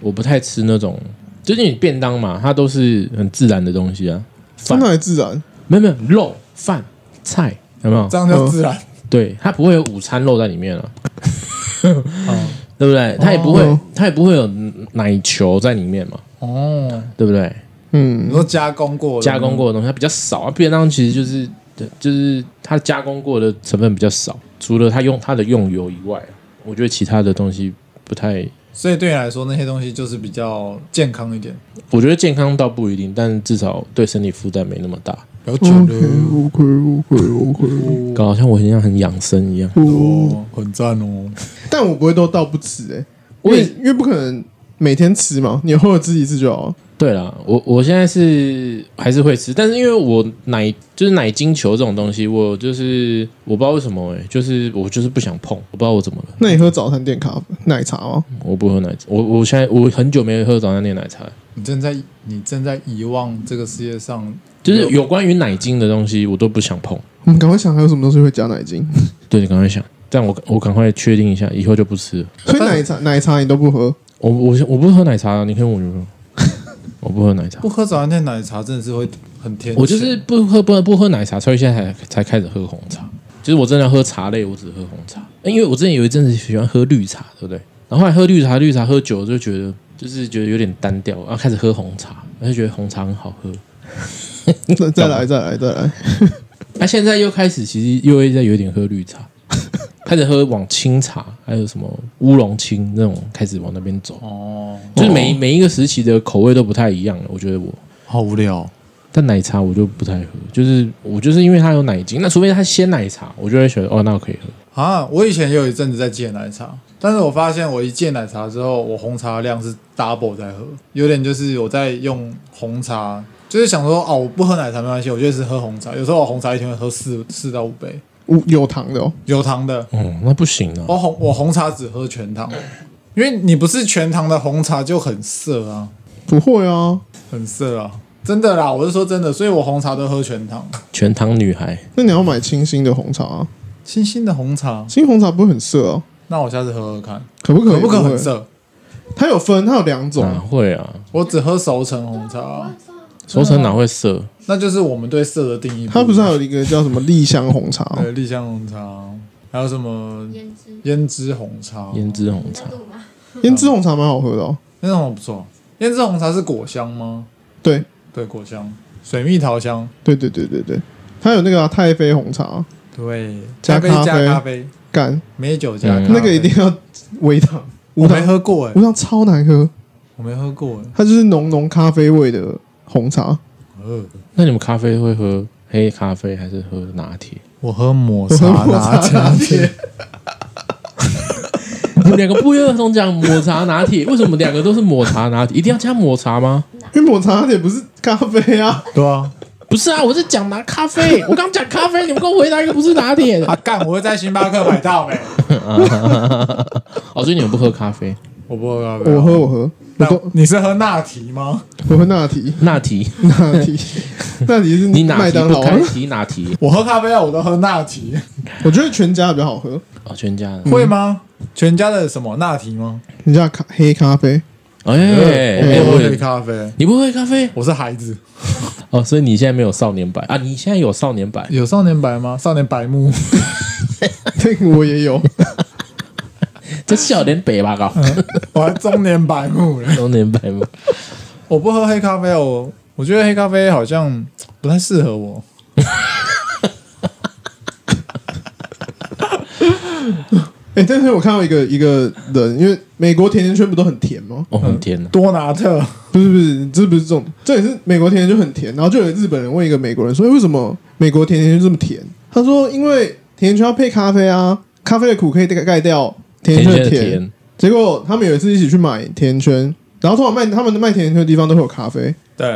Speaker 1: 我不太吃那种就是你便当嘛，它都是很自然的东西啊，
Speaker 4: 真
Speaker 1: 饭
Speaker 4: 的很自然，
Speaker 1: 没有没有肉饭菜有没有
Speaker 3: 这？样叫自然。
Speaker 1: 对，它不会有午餐肉在里面 啊，
Speaker 3: 哦
Speaker 1: 对不对？它也不会，
Speaker 4: 哦
Speaker 1: 它也不会有奶球在里面嘛，
Speaker 3: 哦，
Speaker 1: 对不对？
Speaker 3: 你
Speaker 4: 嗯，
Speaker 3: 说加工过的，
Speaker 1: 加工过的东西它比较少啊，便当其实就是就是它加工过的成分比较少，除了它用它的用油以外，我觉得其他的东西不太。
Speaker 3: 所以对你来说那些东西就是比较健康一点。
Speaker 1: 我觉得健康倒不一定，但至少对身体负担没那么大。
Speaker 3: 了解
Speaker 4: OK
Speaker 3: 了，
Speaker 4: OK OK OK，
Speaker 1: 搞得好像我很像很养生一样。
Speaker 3: 哦，很赞哦。
Speaker 4: 但我不会都到不吃哎、欸，
Speaker 1: 我
Speaker 4: 因
Speaker 1: 也
Speaker 4: 为因为不可能每天吃嘛，你偶尔吃一次就好了。
Speaker 1: 对啦，我我现在是还是会吃，但是因为我奶就是奶精球这种东西，我就是我不知道为什么哎、就是我就是不想碰，我不知道我怎么了，
Speaker 4: 那你喝早餐店咖奶茶吗？
Speaker 1: 我不喝奶，我我现在我很久没喝早餐店奶茶，
Speaker 3: 你正在你正在遗忘这个世界上，
Speaker 1: 就是有关于奶精的东西我都不想碰。
Speaker 4: 我们赶快想还有什么东西会加奶 精，
Speaker 1: 对你赶快想，但我我赶快确定一下，以后就不吃了。
Speaker 4: 所以奶茶奶茶你都不 喝，
Speaker 1: 我我我不喝奶茶、啊你看我有没 有？我不喝奶茶
Speaker 3: 不，喝早餐店奶茶真的是会很甜。
Speaker 1: 我就是不喝不不喝奶茶，所以现在才才开始喝红茶。就是我真的要喝茶类，我只喝红茶，因为我之前有一阵子喜欢喝绿茶，对不对？然后后来喝绿茶，绿茶喝久了就觉得就是觉得有点单调，然后开始喝红茶，然后就觉得红茶很好喝。
Speaker 4: 再再来再来再来，
Speaker 1: 那、现在又开始，其实又会在有点喝绿茶， 开始喝往清茶，还有什么乌龙清那种，开始往那边走。
Speaker 3: 哦，
Speaker 1: 就是每每一个时期的口味都不太一样了。我觉得我，
Speaker 3: 好无聊。
Speaker 1: 但奶茶我就不太喝，就是我就是因为它有奶精，那除非它鲜奶茶，我就会觉得哦，那我可以喝。
Speaker 3: 啊，我以前也有一阵子在戒奶茶，但是我发现我一戒奶茶之后，我红茶的量是 double 在喝，有点就是我在用红茶，就是想说哦，我不喝奶茶没关系，我就是喝红茶。有时候我红茶一天会喝四四到五杯，
Speaker 4: 无有糖的哦，
Speaker 3: 有糖的。
Speaker 1: 哦，那不行啊！
Speaker 3: 我红我红茶只喝全糖，因为你不是全糖的红茶就很涩啊，
Speaker 4: 不会啊，
Speaker 3: 很涩啊，真的啦，我是说真的，所以我红茶都喝全糖，
Speaker 1: 全糖女孩，
Speaker 4: 那你要买清新的红茶、啊，
Speaker 3: 清新的红茶。
Speaker 4: 清红茶不会很涩啊，
Speaker 3: 那我下次喝喝看，
Speaker 4: 可不可
Speaker 3: 可
Speaker 4: 以？
Speaker 3: 不可
Speaker 4: 会
Speaker 3: 很？涩？
Speaker 4: 它有分，它有两种，
Speaker 1: 哪会啊？
Speaker 3: 我只喝熟成红茶啊、
Speaker 1: 熟成哪会涩？
Speaker 3: 那就是我们对色的定义一样。
Speaker 4: 它不是还有一个叫什么丽香红茶哦、
Speaker 3: 对丽香红茶，还有什么
Speaker 2: 胭脂
Speaker 3: 胭脂红茶？
Speaker 1: 胭脂红
Speaker 2: 你
Speaker 1: 茶
Speaker 2: 在，录吗？
Speaker 4: 胭脂红茶蛮好喝的哦、
Speaker 3: 那种不错。胭脂红茶是果香吗？
Speaker 4: 对
Speaker 3: 对，果香，水蜜桃香，
Speaker 4: 对对对对对，它有那个啊、太妃红茶，
Speaker 3: 对，
Speaker 4: 加
Speaker 3: 可以
Speaker 4: 咖
Speaker 3: 加
Speaker 4: 啡
Speaker 3: 咖啡，
Speaker 4: 干
Speaker 3: 美酒加
Speaker 1: 嗯
Speaker 3: 咖啡
Speaker 4: 那个一定要微糖，无
Speaker 3: 啊我没
Speaker 4: 糖
Speaker 3: 喝过哎
Speaker 4: 无，糖超难喝，
Speaker 3: 我没喝过哎，
Speaker 4: 它就是浓浓咖啡味的红茶，
Speaker 3: 呃，
Speaker 1: 那你们咖啡会喝黑咖啡还是喝拿铁？
Speaker 3: 我喝抹
Speaker 4: 我
Speaker 3: 茶
Speaker 4: 喝抹茶
Speaker 3: 拿
Speaker 4: 拿
Speaker 3: 铁
Speaker 4: 铁，，
Speaker 1: 你们两个不约而同讲抹茶拿铁，为什么两个都是抹茶拿铁？一定要加抹茶吗？
Speaker 4: 因为抹茶拿铁不是咖啡啊，
Speaker 3: 对啊，
Speaker 1: 不是啊，我是讲拿咖啡，我刚讲咖啡，你们给我回答一个不是拿铁的
Speaker 3: 啊。干，我会在星巴克买到欸没？
Speaker 1: 哦，所以你们不喝咖 啡？
Speaker 3: 我不喝咖啡啊，
Speaker 4: 我喝我喝，我
Speaker 3: 那
Speaker 4: 都
Speaker 3: 你是喝拿提吗？
Speaker 4: 我喝拿铁
Speaker 1: 拿铁，
Speaker 4: 拿铁拿铁是
Speaker 1: 你哪
Speaker 4: 麦
Speaker 1: 提
Speaker 4: 当
Speaker 1: 不
Speaker 4: 劳啊，
Speaker 1: 开提哪提？
Speaker 3: 我喝咖啡啊，我都喝拿提，
Speaker 4: 我觉得全家比较好喝，
Speaker 1: 哦，全家的。
Speaker 3: 会吗？全家的什么拿提吗？
Speaker 4: 全家咖黑咖啡，
Speaker 1: 哎哎，哎
Speaker 3: 我
Speaker 1: 我
Speaker 3: 喝咖啡，
Speaker 1: 你不喝咖啡
Speaker 3: 我是孩子。
Speaker 1: 哦，所以你现在没有少年版啊？你现在有少年版？
Speaker 3: 有少年白吗？少年白目，
Speaker 4: 这个我也有，
Speaker 1: 这笑脸北吧 搞
Speaker 3: 我还中年白目了。
Speaker 1: 少年版吗？
Speaker 3: 我不喝黑咖啡哦，我我觉得黑咖啡好像不太适合我。
Speaker 4: 哎、但是我看到一个一个人，因为美国甜甜圈不都很甜吗？
Speaker 1: 哦，很 甜呐。
Speaker 3: 多拿特，
Speaker 4: 不是不是，这不是重，这也是美国甜甜就很甜。然后就有日本人问一个美国人说：“哎为什么美国甜甜圈这么甜？”他说：“因为甜甜圈要配咖啡啊，咖啡的苦可以盖掉甜甜圈的
Speaker 1: 甜
Speaker 4: 甜。
Speaker 1: 圈的甜
Speaker 4: 结果他们有一次一起去买甜甜圈，然后通常卖他们卖甜甜圈的地方都会有咖啡。
Speaker 3: 对，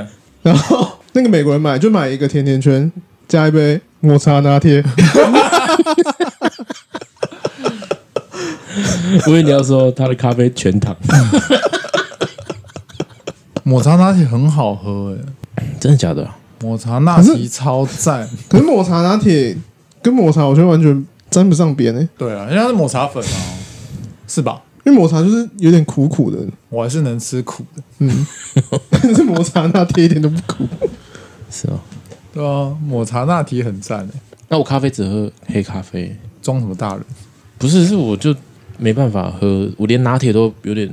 Speaker 4: 然后那个美国人买就买一个甜甜圈，加一杯抹茶拿铁。
Speaker 1: 我以为你要说他的咖啡全 糖，
Speaker 3: 抹茶拿铁很好喝诶，
Speaker 1: 真的假的啊？
Speaker 3: 抹茶拿铁超 赞。
Speaker 4: 可是抹茶拿铁跟抹茶，我觉得完全沾不上边诶、欸
Speaker 3: 对啊，因为它是抹茶粉啊，是吧？
Speaker 4: 因为抹茶就是有点苦苦的，
Speaker 3: 我还是能吃苦的，
Speaker 4: 嗯，但是抹茶拿铁一点都不苦。
Speaker 1: 是啊。
Speaker 3: 对啊，抹茶拿铁很赞诶、欸
Speaker 1: 那我咖啡只喝黑咖啡，
Speaker 3: 装什么大人？
Speaker 1: 不是，是我就没办法喝，我连拿铁都有点。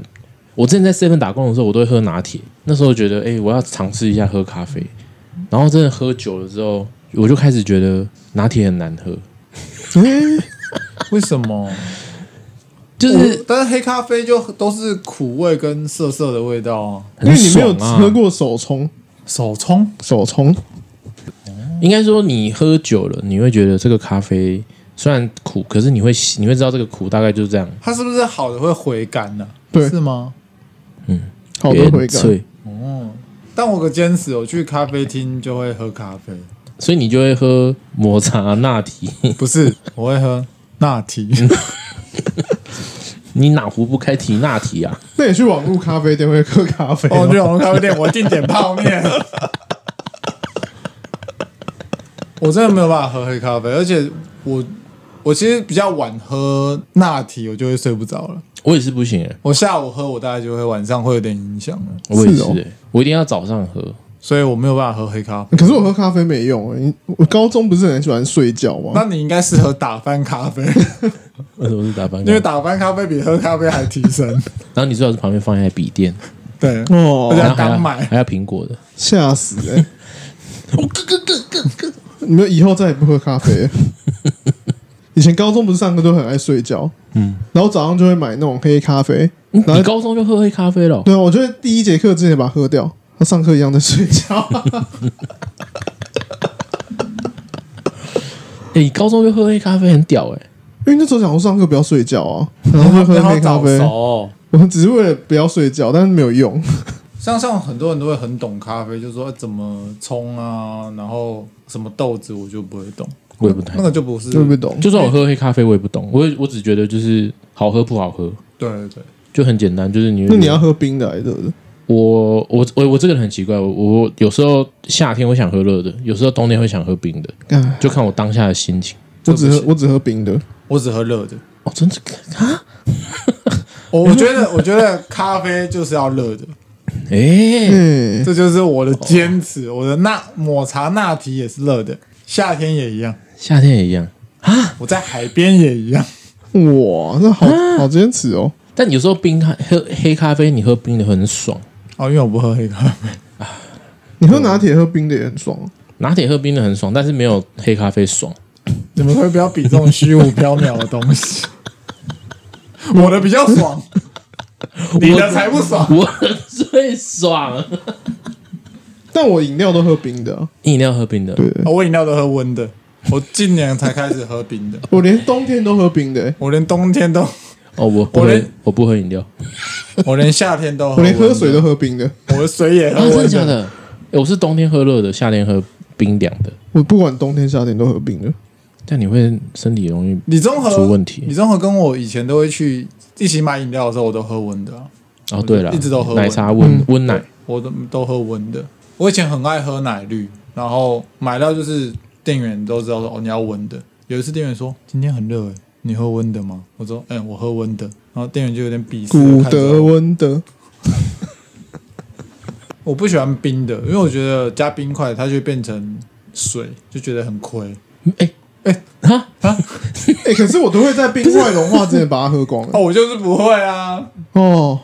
Speaker 1: 我之前在 seven 打工的时候，我都会喝拿铁。那时候觉得，哎、我要尝试一下喝咖啡。然后真的喝久了之后，我就开始觉得拿铁很难喝，
Speaker 3: 为什么？
Speaker 1: 就是
Speaker 3: 我但是黑咖啡就都是苦味跟涩涩的味道啊。
Speaker 4: 因
Speaker 1: 很
Speaker 4: 为你没
Speaker 1: 爽
Speaker 4: 有
Speaker 1: 啊。
Speaker 4: 喝过手冲，
Speaker 3: 手冲
Speaker 4: 手冲
Speaker 1: 应该说你喝久了，你会觉得这个咖啡虽然苦，可是你会喜你会知道这个苦大概就是这样，
Speaker 3: 它是不是好的会回甘呢、
Speaker 4: 对
Speaker 3: 是吗？
Speaker 4: 好
Speaker 1: 有点
Speaker 4: 的回感。
Speaker 1: 脆，
Speaker 3: 但我可坚持，我去咖啡厅就会喝咖啡，
Speaker 1: 所以你就会喝抹茶 拿铁。
Speaker 3: 不是，我会喝拿铁。
Speaker 1: 你哪壶不开提拿铁啊？
Speaker 4: 那你去网络咖啡店会喝咖啡
Speaker 3: 哦，
Speaker 4: 吗？
Speaker 3: 去网络咖啡店，我定点泡面。我真的没有办法喝黑咖啡，而且我我其实比较晚喝拿铁，我就会睡不着了。
Speaker 1: 我也是不行哎、
Speaker 3: 我下午喝，我大概就会晚上会有点影响了，
Speaker 1: 我也
Speaker 4: 是
Speaker 1: 是、
Speaker 4: 哦
Speaker 1: 欸，我一定要早上喝。
Speaker 3: 所以我没有办法喝黑咖啡。
Speaker 4: 可是我喝咖啡没用、欸，你我高中不是很喜欢睡觉吗
Speaker 3: 那？你应该适合打翻咖啡，
Speaker 1: 为什么是打翻？
Speaker 3: 因为打翻咖啡比喝咖啡还提神。
Speaker 1: 然后你最好是旁边放一台笔 电，
Speaker 3: 对，
Speaker 4: 哦
Speaker 3: 而，且
Speaker 1: 然后还要
Speaker 3: 刚买
Speaker 1: 还要苹果的。
Speaker 4: 吓死哎、欸！你们以后再也不喝咖啡了。以前高中不是上课都很爱睡觉，嗯，然后早上就会买那种黑咖啡，
Speaker 1: 你
Speaker 4: 然后
Speaker 1: 你高中就喝黑咖啡了哦？
Speaker 4: 对啊，我就会第一节课之前把它喝掉，他上课一样在睡觉。
Speaker 1: 哎、你高中就喝黑咖啡很屌哎、
Speaker 4: 因为那时候想说上课不要睡觉啊，然后 就喝黑咖啡
Speaker 3: 早。熟。
Speaker 4: 我们只是为了不要睡觉，但是没有用。
Speaker 3: 像像很多人都会很懂咖啡，就说哎怎么冲啊，然后什么豆子，我就不会懂，
Speaker 1: 我也不太
Speaker 4: 嗯
Speaker 3: 那，个哎就不是。
Speaker 4: 对不懂？
Speaker 1: 就算我喝黑咖啡，我也不懂。我也我只觉得就是好喝不好喝，
Speaker 3: 对对对，
Speaker 1: 就很简单。就是你
Speaker 4: 那你要喝冰的还是热的？
Speaker 1: 我我我我这个人很奇怪，我我有时候夏天会想喝热的，有时候冬天会想喝冰的，
Speaker 4: 哎，
Speaker 1: 就看我当下的心情。
Speaker 4: 我只喝我只喝冰的。
Speaker 3: 我只喝热的。
Speaker 1: 哦，真的啊？
Speaker 3: 我我觉得，我觉得咖啡就是要热的，
Speaker 1: 哎、
Speaker 4: 哎，
Speaker 3: 这就是我的坚持。哦我的那抹茶拿铁也是热的，夏天也一样，
Speaker 1: 夏天也一样。
Speaker 3: 我在海边也一样。
Speaker 4: 哇，那好好坚持哦。
Speaker 1: 但有时候冰咖喝黑咖啡，你喝冰的很爽，
Speaker 3: 哦，因为我不喝黑咖啡，
Speaker 4: 你喝拿铁喝冰的也很爽。啊
Speaker 1: 拿铁喝冰的很爽，但是没有黑咖啡爽。
Speaker 3: 你们可不可以不要比这种虚无缥缈的东西。 我的比较爽， 你的才不爽。
Speaker 1: 我最爽，
Speaker 4: 但我饮料都喝冰的啊、
Speaker 1: 饮料喝冰的，
Speaker 4: 对，
Speaker 3: 哦我饮料都喝温的， 我近年才开始喝冰的，
Speaker 4: 我连冬天都喝冰的、欸
Speaker 3: 我连冬天 都，
Speaker 1: 哦，我啊不
Speaker 3: 我
Speaker 1: 喝
Speaker 3: 连，
Speaker 1: 我不喝饮料，
Speaker 3: 我连夏天都喝，
Speaker 4: 我连喝水都，喝冰的。
Speaker 3: 我的水也
Speaker 1: 啊，
Speaker 3: 喝
Speaker 1: 真
Speaker 3: 温
Speaker 1: 的假。的？诶我是冬天喝热的，夏天喝冰凉的，
Speaker 4: 我不管冬天夏天都喝冰的。
Speaker 1: 但你会身体容易
Speaker 3: 李综合
Speaker 1: 出问题
Speaker 3: 李综合跟我以前都会去一起买饮料的时候，我都喝温的啊、
Speaker 1: 哦。对了，
Speaker 3: 一直都喝嗯
Speaker 1: 奶茶温温奶，
Speaker 3: 我都都喝温的。我以前很爱喝奶绿，然后买到就是店员都知道说哦你要温的。有一次店员说今天很热诶、欸你喝温的吗？我说嗯、我喝温的。然后店员就有点鄙视地
Speaker 4: 古
Speaker 3: 看着
Speaker 4: 德
Speaker 3: 我，
Speaker 4: 温的，
Speaker 3: 我不喜欢冰的，因为我觉得加冰块它就会变成水，就觉得很亏。
Speaker 1: 哎
Speaker 3: 哎
Speaker 1: 哈，
Speaker 4: 哎、可是我都会在冰块融化之前把它喝光
Speaker 3: 哦，
Speaker 4: 了。
Speaker 3: 我就是不会啊。
Speaker 4: 哦，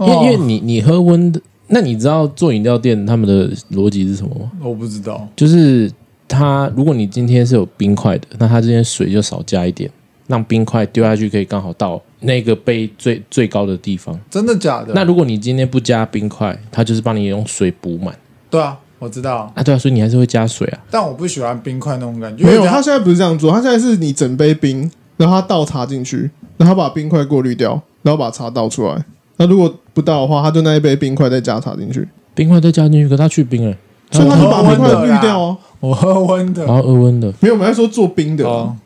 Speaker 1: 因为因为
Speaker 3: 哦
Speaker 1: 你你喝温的，那你知道做饮料店他们的逻辑是什么吗？
Speaker 3: 我不知道，
Speaker 1: 就是它如果你今天是有冰块的，那它今天水就少加一点，让冰块丢下去可以刚好到那个杯最最高的地方。
Speaker 3: 真的假的？
Speaker 1: 那如果你今天不加冰块，它就是帮你用水补满
Speaker 3: 对啊，我知道，
Speaker 1: 啊。对啊，所以你还是会加水啊。
Speaker 3: 但我不喜欢冰块那种感觉。
Speaker 4: 没有，
Speaker 3: 因为
Speaker 4: 他
Speaker 3: 它
Speaker 4: 现在不是这样做，他现在是你整杯冰，然后他倒茶进去，然后把冰块过滤掉，然后把茶倒出来。那如果不倒的话，他就那一杯冰块再加茶进去，
Speaker 1: 冰块再加进去，可它去冰了，
Speaker 4: 所以他就把冰
Speaker 3: 我
Speaker 4: 块
Speaker 3: 喝温的啦
Speaker 4: 滤掉哦。
Speaker 3: 我喝温的
Speaker 1: 然，后额温的。
Speaker 4: 没有，我们在说做冰的，
Speaker 3: 哦，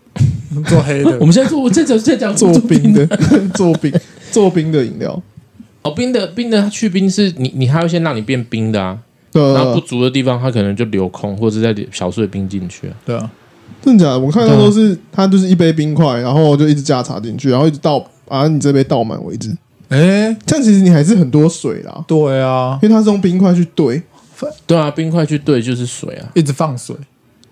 Speaker 3: 做黑的
Speaker 1: 我。们现在做，我这讲在讲
Speaker 4: 做冰的，做冰做冰的饮料。
Speaker 1: 哦，冰的冰的，它去冰是你你还要先让你变冰的啊，然后
Speaker 4: 呃
Speaker 1: 不，足的地方它可能就留空，或者再留小碎冰进去啊。
Speaker 3: 对啊，
Speaker 4: 真的假的？我看到都是他就是一杯冰块，然后就一直加茶进去，然后一直倒，把你这杯倒满为止。
Speaker 3: 哎、
Speaker 4: 这样其实你还是很多水啦，
Speaker 3: 对啊，
Speaker 4: 因为它是用冰块去兑。
Speaker 1: 对啊，冰块去兑就是水啊，
Speaker 3: 一直放水，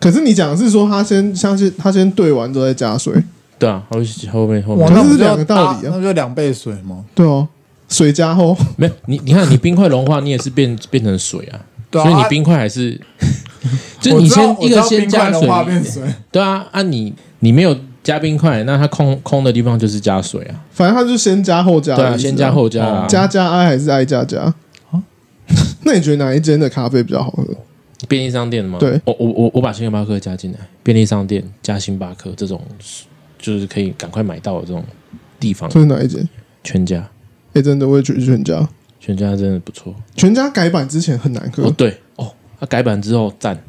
Speaker 4: 可是你讲的是说它先像是它先兑完之后再加水，
Speaker 1: 对啊，后后面后面
Speaker 3: 哇，哦那不
Speaker 4: 可是
Speaker 3: 就要
Speaker 4: 两个道理啊
Speaker 3: 搭那不就两倍水吗？
Speaker 4: 对哦，水加后，
Speaker 1: 没有你，你看你冰块融化，你也是变变成水啊，
Speaker 3: 对啊
Speaker 1: 所以你冰块还是， 就
Speaker 3: 我
Speaker 1: 你
Speaker 3: 知道
Speaker 1: 先一
Speaker 3: 我知
Speaker 1: 个
Speaker 3: 道
Speaker 1: 先
Speaker 3: 冰块
Speaker 1: 加
Speaker 3: 融化变
Speaker 1: 水，
Speaker 3: 水，
Speaker 1: 对啊，啊你你没有加冰块，那它空空的地方就是加水啊，
Speaker 4: 反正它就先加后加
Speaker 1: 对
Speaker 4: 的意思啊，
Speaker 1: 啊，先加后加
Speaker 3: 哦
Speaker 1: 啊，
Speaker 4: 加加 I 还是 I 加加？ 那你觉得哪一间的咖啡比较好喝？
Speaker 1: 便利商店的吗？
Speaker 4: 对，
Speaker 1: 我我我我把星巴克加进来，便利商店加星巴克这种就是可以赶快买到的这种地方，
Speaker 4: 就是哪一间？
Speaker 1: 全家
Speaker 4: 哎、真的，我也觉得全家，
Speaker 1: 全家真的不错。
Speaker 4: 全家改版之前很难喝
Speaker 1: 哦，，对哦，它改版之后赞，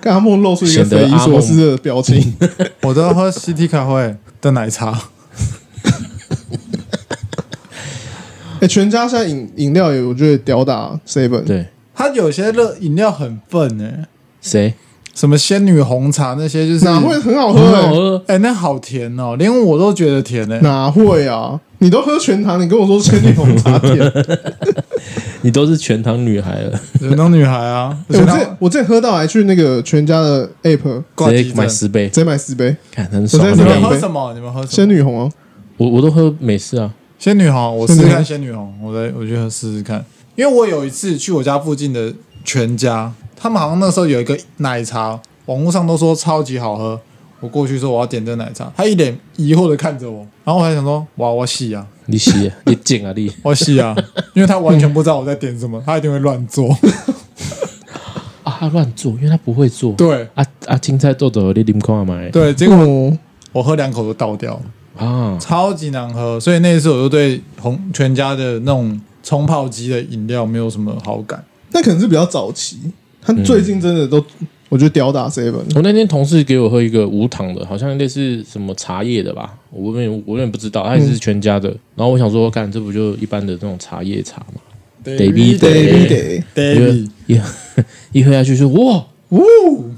Speaker 4: 跟阿梦露出一个
Speaker 1: 显得
Speaker 4: 匪夷所思的 表情。
Speaker 3: 我都喝 CT 咖啡的奶茶，
Speaker 4: 哎、全家现在饮饮料也我觉得吊打 seven，
Speaker 1: 对
Speaker 3: 它有些热饮料很笨哎、
Speaker 1: 谁？
Speaker 3: 什么仙女红茶那些就是
Speaker 4: 哪会很好 喝、
Speaker 1: 很好
Speaker 4: 欸？
Speaker 1: 喝，
Speaker 3: 哎、那好甜哦，连我都觉得甜哎、
Speaker 4: 哪会啊？你都喝全糖，你跟我说千里红 茶甜？欸
Speaker 1: 你都是全糖女孩了，
Speaker 3: 人当女孩啊，
Speaker 4: 哎我之前我之前喝到还去那个全家的 app
Speaker 3: 挂
Speaker 1: 直
Speaker 3: 急
Speaker 1: 接买
Speaker 3: 诊。
Speaker 1: 十杯
Speaker 4: 直，接买四杯
Speaker 1: 看很爽
Speaker 4: 我
Speaker 1: 啊。
Speaker 4: 在
Speaker 1: 你
Speaker 3: 你
Speaker 4: 这
Speaker 1: 看
Speaker 3: 们
Speaker 4: 边
Speaker 3: 喝什么？你们喝什么？
Speaker 4: 仙女红哦、
Speaker 1: 我我都喝美式啊，
Speaker 3: 仙女红，我试试
Speaker 4: 仙女
Speaker 3: 看
Speaker 4: 红
Speaker 3: 仙女红，我来我去喝试试看。因为我有一次去我家附近的全家，他们好像那时候有一个奶茶，网络上都说超级好喝。我过去说我要点这奶茶，他一脸疑惑的看着我，然后我还想说哇，我洗啊，
Speaker 1: 你洗啊，你紧啊你
Speaker 3: 我洗啊， 因为他完全不知道我在点什么，他一定会乱做。
Speaker 1: 啊，他乱做，因为他不会做。
Speaker 3: 对
Speaker 1: 啊啊，青菜豆豆你啉看买
Speaker 3: 对，结果
Speaker 4: 哦，
Speaker 3: 我喝两口都倒掉了。
Speaker 1: 啊，
Speaker 3: 超级难喝，所以那一次我就对红全家的那种冲泡机的饮料没有什么好感。
Speaker 4: 那可能是比较早期，他最近真的都、我觉得吊打 seven。
Speaker 1: 我那天同事给我喝一个无糖的，好像类似什么茶叶的吧，我有点我有点不知道，它也是全家的。然后我想说，干这不就一般的那种茶叶茶嘛？Davy
Speaker 4: Baby
Speaker 1: Davy
Speaker 4: Day，
Speaker 3: David，
Speaker 1: 一一喝下去说哇，
Speaker 3: 呜，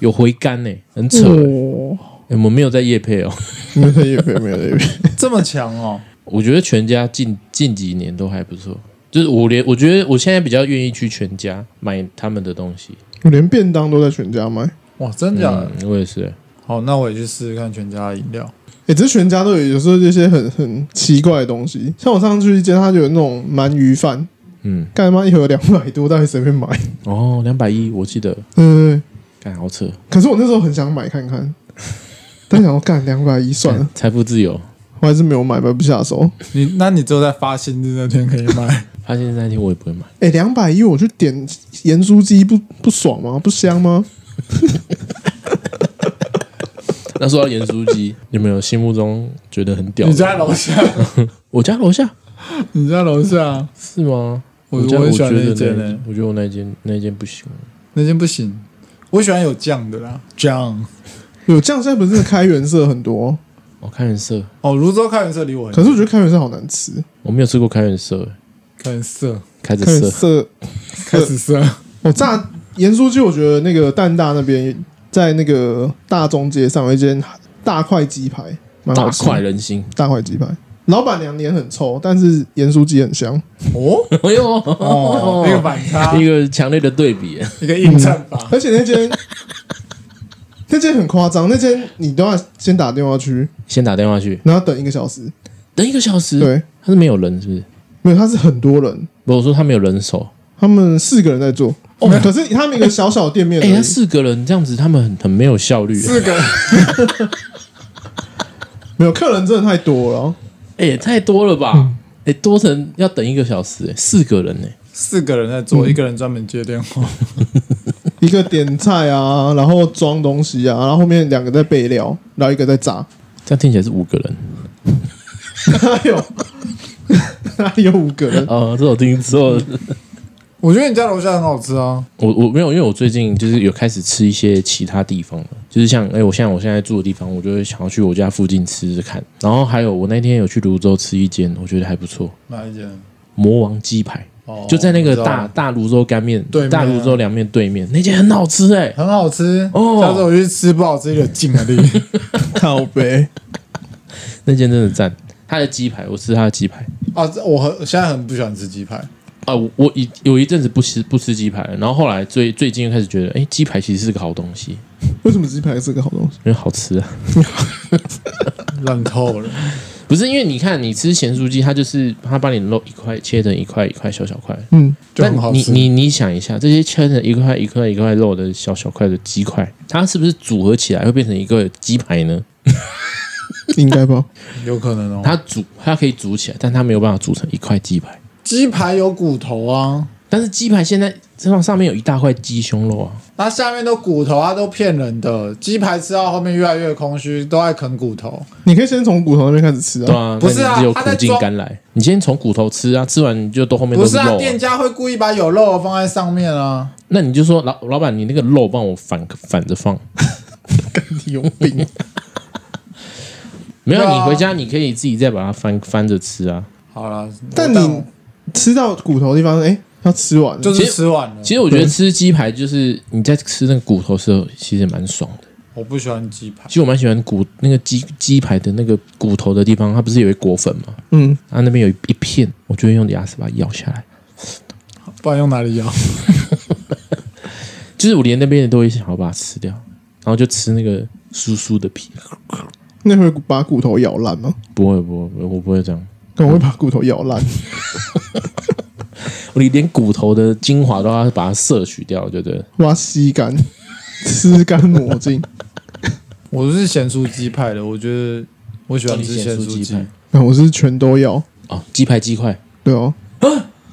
Speaker 1: 有回甘呢、很扯、
Speaker 4: 哦，
Speaker 1: 欸我们没有在夜配哦。
Speaker 4: 没有也没有没有也没有，
Speaker 3: 这么强哦！
Speaker 1: 我觉得全家近近几年都还不错，就是我连我觉得我现在比较愿意去全家买他们的东西。
Speaker 4: 我 连便当都在全家买。
Speaker 3: 哇，真假的？
Speaker 1: 嗯，我也是、
Speaker 3: 好，那我也去试试看全家的饮料。
Speaker 4: 哎、这全家都有，有时候这些很很奇怪的东西。像我上次去一间，它就有那种鳗鱼饭，
Speaker 1: 嗯，
Speaker 4: 干他妈一盒两百多，到底谁会买？
Speaker 1: 哦，两百一，我记得，
Speaker 4: 嗯，
Speaker 1: 干好扯，
Speaker 4: 可是我那时候很想买看看，但想要干两百一算了，
Speaker 1: 财富自由。
Speaker 4: 我还是没有买，买不下手。
Speaker 3: 你，那你只有在发薪日那天可以买。
Speaker 1: 发现那天我也不会买，
Speaker 4: 哎、两百一我去点盐酥鸡，不不爽吗？不香吗？
Speaker 1: 那说到盐酥鸡，有没有心目中觉得 很屌的？
Speaker 3: 你家楼下，
Speaker 1: 我家楼下
Speaker 3: 你家楼下
Speaker 1: 是吗？
Speaker 3: 我
Speaker 1: 家
Speaker 3: 我
Speaker 1: 我
Speaker 3: 很喜
Speaker 1: 觉
Speaker 3: 欢那
Speaker 1: 得
Speaker 3: 一间
Speaker 1: 那
Speaker 3: 欸
Speaker 1: 我觉得我那间那间不行，
Speaker 3: 那间不行，我喜欢有酱的啦，酱。
Speaker 4: 有酱现在不是开原色很多，
Speaker 1: 我、哦、开元色，
Speaker 3: 哦，泸州开元色离我很
Speaker 4: 可
Speaker 3: 近，
Speaker 4: 是我觉得开原色好难吃，
Speaker 1: 我没有吃过开元色，欸
Speaker 3: 开 始色，
Speaker 1: 开着
Speaker 4: 开原
Speaker 1: 色
Speaker 4: 色
Speaker 3: 开始色，
Speaker 4: 我炸盐酥鸡，我觉得那个蛋大那边在那个大中街上有一间大块鸡排，蛮好
Speaker 1: 大
Speaker 4: 吃。
Speaker 1: 快人心。
Speaker 4: 大块鸡排，老板娘脸很臭，但是盐酥鸡 很香。
Speaker 3: 哦
Speaker 1: 哎呦，
Speaker 3: 哦，一个反 差
Speaker 1: 一，个强烈的对比欸，
Speaker 3: 一个印证法。
Speaker 4: 而且那间那间很夸张，那间你都要先打电话去，
Speaker 1: 先打电话去，
Speaker 4: 然后等一个小时。
Speaker 1: 等一个小时，，
Speaker 4: 对，
Speaker 1: 他是没有人是不是？
Speaker 4: 没有，他是很多人，
Speaker 1: 不，我说他没有人手，
Speaker 4: 他们四个人在做。哦，可是他们一个小小店面而
Speaker 1: 哎、
Speaker 4: 已，
Speaker 1: 他四个人这样子，他们很很没有效率欸，
Speaker 3: 四个
Speaker 4: 没有客人真的太多了。
Speaker 1: 哎、也太多了吧？哎、多成要等一个小时、欸，四个人呢、
Speaker 3: 四个人在做，
Speaker 1: 嗯
Speaker 3: 一个人专门接电话。
Speaker 4: 一个点菜啊，然后装东西啊，然后后面两个在备料，然后一个在炸。
Speaker 1: 这样听起来是五个人。
Speaker 4: 哪 有？哪有五个人？
Speaker 1: 哦，这我听错了。
Speaker 3: 我觉得你家楼下很好吃啊，
Speaker 1: 我我没有，因为我最近就是有开始吃一些其他地方了，就是像哎、我现在我现在住的地方，我就会想要去我家附近吃吃看。然后还有，我那天有去泸州吃一间，我觉得还不错，
Speaker 3: 哪一间？
Speaker 1: 魔王鸡排，
Speaker 3: 哦
Speaker 1: 就在那
Speaker 3: 我
Speaker 1: 个
Speaker 3: 知道
Speaker 1: 大大泸州干面
Speaker 3: 对面啊
Speaker 1: 大泸州凉面对面，那间很好吃哎、
Speaker 3: 很好吃
Speaker 1: 哦
Speaker 3: 下 次我去吃不好吃就进了力。
Speaker 4: 靠背，
Speaker 1: 那间真的赞。他的鸡排，我吃他的鸡排
Speaker 3: 啊，这我很现在很不喜欢吃鸡排，
Speaker 1: 啊，我我一有一阵子不吃不吃鸡排了，然后后来最最近又开始觉得，哎，鸡排其实是个好东西，
Speaker 4: 为什么鸡排是个好东西？
Speaker 1: 因为好吃啊。
Speaker 3: 烂透了。
Speaker 1: 不是因为你看，你吃咸酥鸡，它就是它把你肉一块切成一块一块小小块，
Speaker 4: 嗯，
Speaker 3: 就
Speaker 1: 但
Speaker 3: 很好
Speaker 1: 你
Speaker 3: 吃
Speaker 1: 你你想一下，这些切成一块一块一块肉的小小块的鸡块，它是不是组合起来会变成一个鸡排呢？
Speaker 4: 应该吧。
Speaker 3: 有可能哦。
Speaker 1: 它组它可以组起来，但它没有办法组成一块鸡排。
Speaker 3: 鸡排有骨头啊，
Speaker 1: 但是鸡排现在上上面有一大块鸡胸肉啊，
Speaker 3: 它下面都骨头啊，都骗人的。鸡排吃到后面越来越空虚，都爱啃骨头。
Speaker 4: 你可以先从骨头那边开始吃
Speaker 1: 对
Speaker 4: 啊。
Speaker 1: 啊，
Speaker 3: 不是啊
Speaker 1: 那你只有
Speaker 3: 它在
Speaker 1: 苦尽
Speaker 3: 装
Speaker 1: 甘来。你先从骨头吃啊，吃完你就都后面
Speaker 3: 不
Speaker 1: 都
Speaker 3: 是
Speaker 1: 肉、
Speaker 3: 啊，店家会故意把有肉的放在上面啊。
Speaker 1: 那你就说老老板，你那个肉帮我反反着 放。
Speaker 4: 你有病！
Speaker 1: 没有，
Speaker 3: 对啊
Speaker 1: 你回家你可以自己再把它翻翻着吃啊。
Speaker 3: 好了，
Speaker 4: 但你吃到骨头的地方，哎、要吃完了。
Speaker 3: 就
Speaker 1: 其
Speaker 3: 是
Speaker 1: 实
Speaker 3: 吃完了。
Speaker 1: 其实我觉得吃鸡排就是你在吃那个骨头的时候，其实蛮爽的。
Speaker 3: 我不喜欢鸡排
Speaker 1: 其，实我蛮喜欢骨那个鸡鸡排的那个骨头的地方，它不是有一果粉吗？
Speaker 4: 嗯，
Speaker 1: 它那边有一一片，我就会用牙齿把它咬下来。
Speaker 3: 不然用哪里咬？
Speaker 1: 就是我连那边的都会想要把它吃掉，然后就吃那个酥酥的皮。
Speaker 4: 那会把骨头咬烂吗？
Speaker 1: 不会不会，我不会这样。
Speaker 4: 可能会把骨头咬烂。
Speaker 1: 我连骨头的精华都要把它摄取掉，对不对？
Speaker 4: 挖吸干， 吃干抹净。
Speaker 3: 我是咸酥鸡派的，我觉得我喜欢吃咸酥
Speaker 1: 鸡
Speaker 3: 鸡
Speaker 1: 排。
Speaker 4: 那我是全都要，
Speaker 1: 哦，鸡排鸡块。
Speaker 4: 对哦。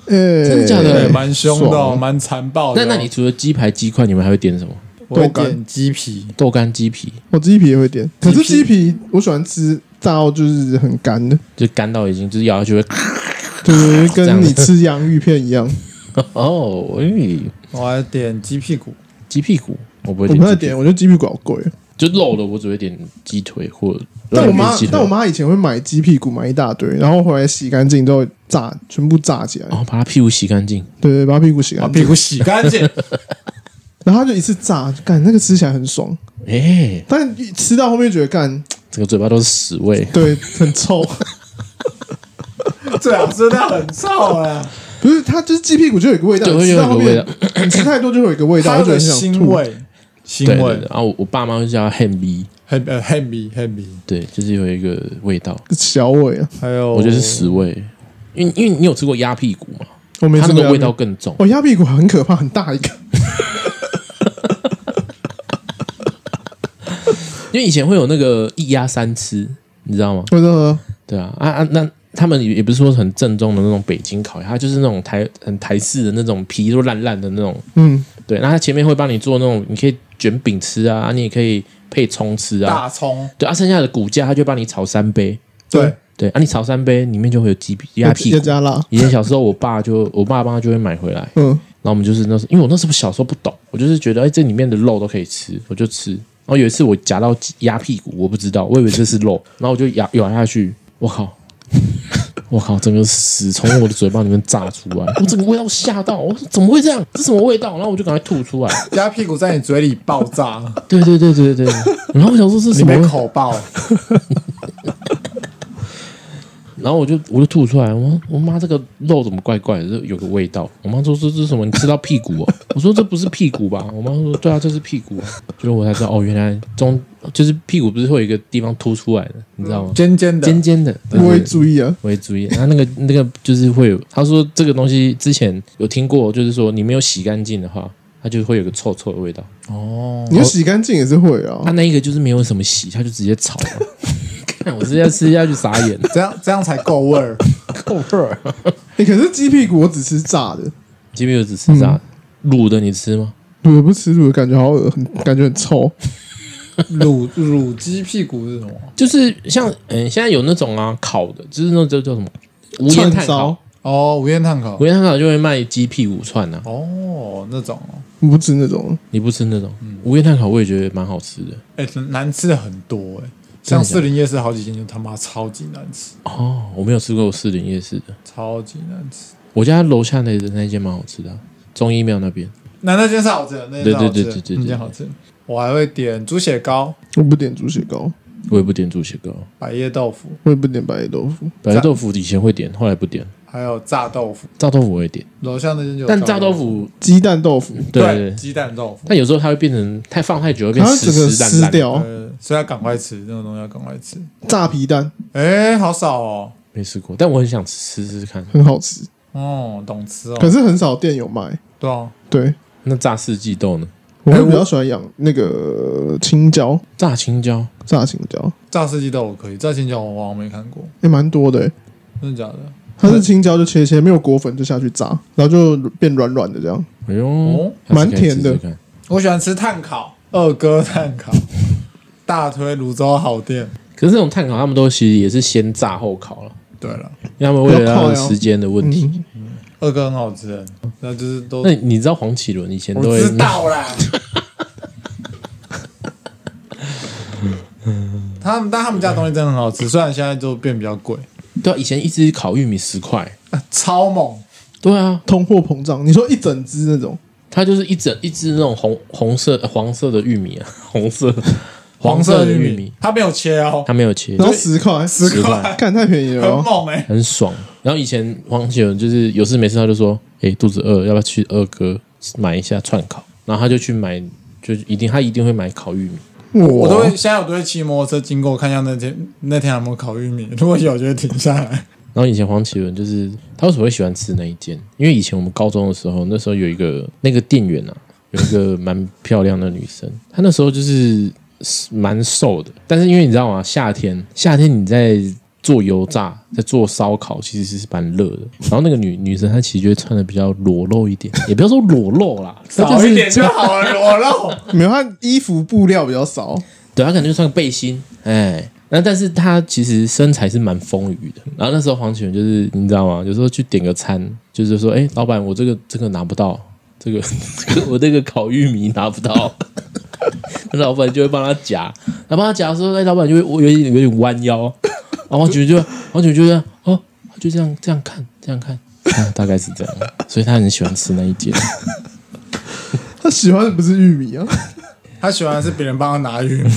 Speaker 4: 哎、
Speaker 1: 真的假的
Speaker 3: 对，蛮凶的、哦，
Speaker 4: 爽
Speaker 3: 蛮残暴的、
Speaker 1: 那
Speaker 3: 哦。
Speaker 1: 那你除了鸡排鸡块，你们还会点什么？
Speaker 3: 我会
Speaker 4: 豆干
Speaker 3: 点鸡皮，
Speaker 1: 豆干鸡皮，
Speaker 4: 我鸡皮也会点，可是
Speaker 3: 鸡
Speaker 4: 鸡皮我喜欢吃到就是很干的，
Speaker 1: 就干到已经就是咬下去会。
Speaker 4: 就是
Speaker 1: 这样
Speaker 4: 跟
Speaker 1: 子
Speaker 4: 你 吃洋芋片一样。
Speaker 1: 哦，诶、
Speaker 3: 我还点鸡屁股。
Speaker 1: 鸡屁股我不会
Speaker 4: 我不
Speaker 1: 点
Speaker 4: 太
Speaker 1: 鸡屁
Speaker 4: 点，
Speaker 1: 股，
Speaker 4: 我觉得鸡屁股好贵。
Speaker 1: 就肉的我只会点鸡腿或。
Speaker 4: 但我
Speaker 1: 不
Speaker 4: 妈
Speaker 1: 是鸡，腿
Speaker 4: 但我妈以前会买鸡屁股，买一大堆，然后回来洗干净之后炸，全部炸起来
Speaker 1: 然，后哦把它屁股洗干净，
Speaker 4: 对对，把屁股洗
Speaker 3: 把
Speaker 4: 干净
Speaker 3: 屁，股洗干 净，
Speaker 4: 然后她就一次炸，干那个吃起来很爽，
Speaker 1: 哎、
Speaker 4: 但一吃到后面觉得干，
Speaker 1: 整个嘴巴都是屎味。
Speaker 4: 对，很臭。
Speaker 3: 最好吃啊的很臭 啊，
Speaker 4: 不是，它就是鸡屁股就有一个味道，
Speaker 1: 对会有
Speaker 4: 你吃到
Speaker 1: 一个
Speaker 4: 后
Speaker 1: 味
Speaker 4: 面
Speaker 1: 道
Speaker 4: 你吃太多就会有一个味道，
Speaker 3: 它
Speaker 4: 我
Speaker 3: 有
Speaker 4: 就
Speaker 3: 个
Speaker 4: 很想
Speaker 3: 腥
Speaker 4: 吐。
Speaker 3: 味，
Speaker 1: 对
Speaker 3: 腥
Speaker 1: 对
Speaker 3: 味
Speaker 1: 对，啊，我我爸妈会叫它 ham b，
Speaker 3: 很呃很迷很迷，
Speaker 1: 对，就是有一个味道，
Speaker 4: 小尾啊，
Speaker 3: 还有
Speaker 1: 我觉得是屎味。因为因为你有吃过鸭屁股吗？
Speaker 4: 我没
Speaker 1: 它
Speaker 4: 吃
Speaker 1: 那
Speaker 4: 过
Speaker 1: 个
Speaker 4: 鸭
Speaker 1: 味
Speaker 4: 屁
Speaker 1: 道。
Speaker 4: 股
Speaker 1: 更重。
Speaker 4: 哦，鸭屁股很可怕，很大一个。
Speaker 1: 因为以前会有那个一鸭三吃，你知道吗？
Speaker 4: 我说
Speaker 1: 对啊，啊啊，那他们也也不是说很正宗的那种北京烤鸭，它就是那种台很台式的那种皮都烂烂的那种。
Speaker 4: 嗯，
Speaker 1: 对，那它前面会帮你做那种，你可以卷饼吃啊，啊你也可以配葱吃啊。
Speaker 3: 大葱，
Speaker 1: 对啊，剩下的骨架它就帮你炒三杯。
Speaker 3: 对，
Speaker 1: 对啊，你炒三杯里面就会有鸡皮鸭屁
Speaker 4: 要
Speaker 1: 股。
Speaker 4: 加辣。
Speaker 1: 以前小时候，我爸就我爸妈就会买回来，
Speaker 4: 嗯，
Speaker 1: 然后我们就是那时候，因为我那时候小时候不懂，我就是觉得哎，这里面的肉都可以吃，我就吃。然后有一次我夹到鸡鸭屁股，我不知道，我以为这是肉，然后我就咬咬下去，我靠， 我靠，整个屎从我的嘴巴里面炸出来，我整个味道吓到，我说怎么会这样？这什么味道？然后我就赶快吐出来。
Speaker 3: 鸭屁股在你嘴里爆 炸，
Speaker 1: 对对对对对，然后我想说这是
Speaker 3: 你
Speaker 1: 什么
Speaker 3: 被
Speaker 1: 味？
Speaker 3: 口爆，
Speaker 1: 然后我就我就吐出来，我妈我妈这个肉怎么怪怪的，这有个味道。我妈说这这是什么？你吃到屁股哦？我说这不是屁股吧？我妈说对啊，这是屁股。就是我才知道哦，原来中就是屁股不是会有一个地方凸出来的，你知道
Speaker 4: 嗯
Speaker 1: 吗？
Speaker 3: 尖尖的
Speaker 1: 尖，尖的，对
Speaker 4: 我
Speaker 1: 对
Speaker 4: 会
Speaker 1: 对
Speaker 4: 注意啊。
Speaker 1: 我会注意。然后那个那个就是会有，他说这个东西之前有听过，就是说你没有洗干净的话，它就会有个臭臭的味道。
Speaker 3: 哦，
Speaker 4: 你就洗干净也是会啊
Speaker 1: 他。那一个就是没有什么洗，他就直接炒了。 看我直接吃下去傻眼，
Speaker 3: 这样这样才够味 儿。
Speaker 1: 够味儿。
Speaker 4: 你欸可是鸡屁股我只吃炸的，
Speaker 1: 鸡屁股只吃啥？
Speaker 4: 嗯
Speaker 1: 卤的你吃吗？
Speaker 4: 卤的不吃卤的，感觉好恶，很感觉很臭。
Speaker 3: 卤卤鸡屁股是什么？
Speaker 1: 就是像嗯，现在有那种啊烤的，就是那种叫什么无烟炭
Speaker 4: 串烧
Speaker 1: 烤，
Speaker 3: 哦，无烟炭烤
Speaker 1: 无，烟炭烤就会卖鸡屁股串啊。
Speaker 3: 哦，那种哦，
Speaker 4: 我不吃那种，
Speaker 1: 你不吃那种、
Speaker 4: 嗯
Speaker 1: 无烟炭烤，我也觉得蛮好吃的
Speaker 3: 哎，难吃的很多哎，
Speaker 1: 真的假
Speaker 3: 像
Speaker 1: 的
Speaker 3: 士林夜市好几间就他妈超级难吃，
Speaker 1: 哦。我没有吃过士林夜市的，
Speaker 3: 超级难吃。
Speaker 1: 我家楼下那的那一间蛮好吃的啊、中医庙那边
Speaker 3: 那那间是好吃的，那间是好吃的
Speaker 1: 对对对对对对
Speaker 3: 那间好吃。我还会点猪血糕，
Speaker 4: 我不点猪血糕。
Speaker 1: 我也不点猪血糕，
Speaker 3: 百叶豆腐，
Speaker 4: 我也不点白豆腐，
Speaker 1: 白豆腐以前会点，后来不点。
Speaker 3: 还有炸豆腐。
Speaker 1: 炸豆腐我也点，
Speaker 3: 楼下那间就有
Speaker 1: 但炸豆腐
Speaker 4: 鸡蛋豆腐，
Speaker 1: 对
Speaker 3: 对
Speaker 1: 对，对
Speaker 3: 鸡蛋豆腐，
Speaker 1: 但有时候它会变成太放太久会变
Speaker 4: 它
Speaker 1: 湿
Speaker 4: 整个
Speaker 1: 湿烂
Speaker 4: 湿
Speaker 1: 烂的。
Speaker 4: 掉，
Speaker 3: 呃，所以要赶快吃那种东西，要赶快吃。
Speaker 4: 炸皮蛋
Speaker 3: 哎，好少哦，
Speaker 1: 没吃过，但我很想吃吃看。
Speaker 4: 很好吃，
Speaker 3: 哦，懂吃哦，
Speaker 4: 可是很少店有卖。
Speaker 3: 对啊，
Speaker 4: 对，
Speaker 1: 那炸四季豆呢？
Speaker 4: 我
Speaker 3: 哎
Speaker 4: 会
Speaker 3: 我
Speaker 4: 比较喜欢养那个青椒，
Speaker 1: 炸青椒，
Speaker 4: 炸青椒
Speaker 3: 炸四季豆我可以，炸青椒我好像没看过，
Speaker 4: 也蛮多的欸。
Speaker 3: 真的假的？
Speaker 4: 它是青椒就切一切，没有裹粉就下去炸，然后就变软软的这样。
Speaker 1: 哎呦，
Speaker 3: 哦
Speaker 1: 下次
Speaker 4: 蛮
Speaker 1: 可以
Speaker 4: 甜
Speaker 1: 试
Speaker 4: 的
Speaker 1: 试看
Speaker 3: 我喜欢吃炭烤，二哥炭烤，大推泸州好店。
Speaker 1: 可是这种碳烤，他们都其实也是先炸后烤了，
Speaker 3: 对了，
Speaker 1: 因为他们为了
Speaker 4: 要
Speaker 1: 他
Speaker 4: 烤
Speaker 1: 们
Speaker 4: 呀
Speaker 1: 时间的问题。
Speaker 4: 嗯，
Speaker 3: 二哥很好吃，欸那就是都
Speaker 1: 那你知道黄启伦以前
Speaker 3: 我
Speaker 1: 都会
Speaker 3: 知道啦。他们但他们家的东西真的很好吃，虽然现在就变比较贵，
Speaker 1: 对、啊，以前一只烤玉米十块，
Speaker 3: 超猛。
Speaker 1: 对啊，
Speaker 4: 通货膨胀，你说一整只那种，
Speaker 1: 它就是一整一只那种红红色、呃黄色的玉米啊， 红色
Speaker 3: 黄
Speaker 1: 黄
Speaker 3: 色
Speaker 1: 的
Speaker 3: 玉
Speaker 1: 玉
Speaker 3: 米
Speaker 1: 米，，
Speaker 3: 他没有切哦，
Speaker 1: 它没有切
Speaker 4: 然，后十块，
Speaker 3: 十
Speaker 1: 十
Speaker 3: 块
Speaker 1: 块
Speaker 4: 看太便宜了
Speaker 3: 很
Speaker 4: 哦。
Speaker 3: 猛哎。
Speaker 1: 很爽。然后以前黄启伦就是有事没事他就说：“哎、肚子饿，要不要去二哥买一下串烤？”然后他就去买，就一定他一定会买烤玉米。
Speaker 3: 我都会
Speaker 4: 哇，
Speaker 3: 现在我都会骑摩托车经过，看一下那天那天有没有烤玉米，如果有就会停下来。
Speaker 1: 然后以前黄启伦就是他为什么会喜欢吃那一间？因为以前我们高中的时候，那时候有一个那个店员啊，有一个蛮漂亮的女生，她那时候就是蛮瘦的，但是因为你知道吗？夏天夏天你在做油炸，在做烧烤，其实是蛮热的。然后那个女女生她其实就会穿的比较裸露一点，也不要说裸露啦，她 就
Speaker 3: 少一
Speaker 1: 是
Speaker 3: 点就好了，裸露。
Speaker 4: 没有，它衣服布料比较少，
Speaker 1: 对，他可能就穿个背心，哎，那但是他其实身材是蛮丰腴的。然后那时候黄启源就是你知道吗？有时候去点个餐，就是说，哎，老板，我这个这个拿不到，这个这个我这个烤玉米拿不到， 那老板就会帮他夹，他帮他夹的时候，哎，老板就会我有点有点弯腰，然后黄启源就黄启源就这样哦，就这样这样看这样看、啊，大概是这样，所以他很喜欢吃那一间。
Speaker 4: 他喜欢的不是玉米啊，
Speaker 3: 他喜欢的是别人帮他拿玉米，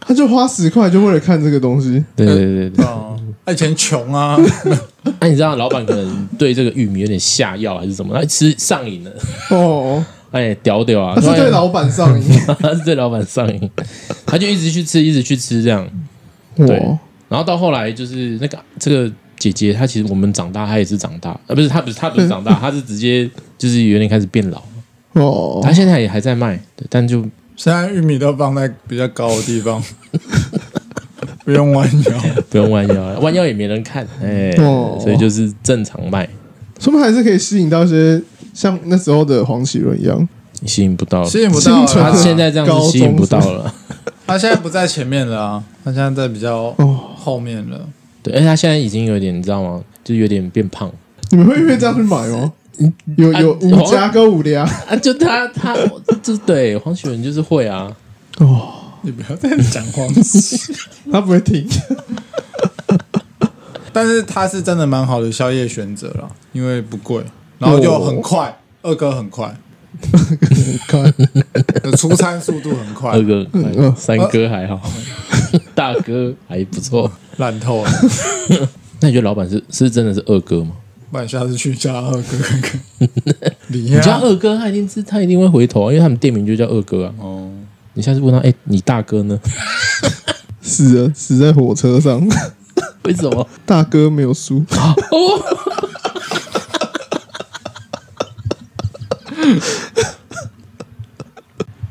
Speaker 4: 他就花十块就为了看这个东西。
Speaker 1: 对对对对对。
Speaker 3: 哦， 他以前穷啊，
Speaker 1: 那、你知道老板可能对这个玉米有点下药还是什么？他吃上瘾了，
Speaker 4: 哦，
Speaker 1: 哎，屌屌啊！
Speaker 4: 他是对
Speaker 1: 对
Speaker 4: 老板上瘾。
Speaker 1: 他是对老板上瘾，他就一直去吃，一直去吃这样。对
Speaker 4: 哇，
Speaker 1: 然后到后来就是那个这个姐姐，她其实我们长大，她也是长大，啊，不是她不是她不是 长大，她是直接就是有点开始变老。
Speaker 4: 哦
Speaker 1: 她，现在也还在卖，对，但就
Speaker 3: 现在玉米都放在比较高的地方， 不用弯腰。
Speaker 1: 不用弯腰 了，弯腰也没人看，哎，
Speaker 4: 哦
Speaker 1: 所以就是正常卖，
Speaker 4: 说明还是可以吸引到一些像那时候的黄启伦一样。
Speaker 1: 吸引不到了。
Speaker 3: 吸引不到
Speaker 4: 清纯
Speaker 3: 啊
Speaker 1: 他
Speaker 4: 的
Speaker 1: 现在这样子吸引不到了，
Speaker 3: 他现在不在前面了啊，他现在在比较
Speaker 4: 哦
Speaker 3: 后面了。
Speaker 1: 对，而且他现在已经有点，你知道吗？就有点变胖。
Speaker 4: 你们会因为这样去买吗？有有
Speaker 1: 啊
Speaker 4: 五加跟五的啊。
Speaker 1: 啊，就他他 就对黄雪文就是会啊，
Speaker 4: 哦，
Speaker 3: 你不要再讲黄色
Speaker 4: 他不会听。
Speaker 3: 但是他是真的蛮好的宵夜选择啦，因为不贵，然后又很快，
Speaker 1: 哦
Speaker 3: 二哥很快，
Speaker 4: 看
Speaker 3: 出餐速度很快
Speaker 1: 二，哥很快
Speaker 4: 嗯
Speaker 1: 三哥还好， 大哥还不错。
Speaker 3: 烂透了。
Speaker 1: 那你觉得老板是是真的是二哥吗？
Speaker 3: 不然下次去加二哥看 看。你
Speaker 1: 你叫
Speaker 3: 呀，
Speaker 1: 二哥，他一定是他一定会回头啊，因为他们店名就叫二哥啊。
Speaker 3: 哦，
Speaker 1: 你下次问他，哎、你大哥呢？
Speaker 4: 死了，死在火车上。
Speaker 1: 为什么？
Speaker 4: 大哥没有输，
Speaker 1: 哦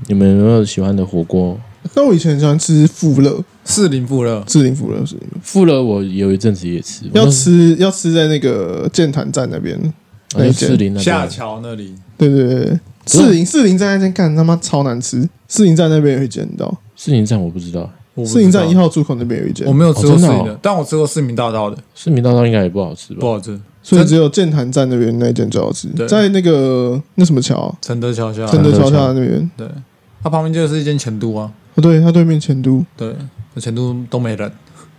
Speaker 1: 你们有没有喜欢的火锅？
Speaker 4: 但我以前很喜欢吃富乐，
Speaker 3: 士林富乐
Speaker 4: 士林富乐，士林富乐
Speaker 1: 富了我有一阵子也吃，
Speaker 4: 要吃要吃在那个剑潭站那边
Speaker 1: 我
Speaker 4: 那
Speaker 1: 那
Speaker 4: 一
Speaker 1: 士
Speaker 4: 间，
Speaker 1: 林那
Speaker 3: 下
Speaker 1: 边，
Speaker 3: 桥那里，
Speaker 4: 对对对对，
Speaker 3: 啊
Speaker 4: 士林士林站那间干他妈超难吃，士林站那边有一间，你知道？
Speaker 1: 士林站我不知道，
Speaker 3: 我不知道
Speaker 4: 士林站一，号出口那边有一间
Speaker 3: 我，没有吃过
Speaker 1: 哦
Speaker 3: 士
Speaker 1: 真的哦
Speaker 3: 林的，但我吃过市民大道的，
Speaker 1: 市民大道应该也不好吃
Speaker 3: 不
Speaker 1: 吧？
Speaker 3: 好吃。
Speaker 4: 所以只有剑潭站那边那一间最好吃
Speaker 3: 对，
Speaker 4: 在那个那什么桥啊，
Speaker 3: 承德桥下，
Speaker 4: 承德桥
Speaker 1: 承德
Speaker 4: 下
Speaker 1: 桥
Speaker 4: 那边，
Speaker 3: 对，它旁边就是一间前都啊，
Speaker 4: 哦，对，它对面前都，对
Speaker 3: 对，那前都都没人，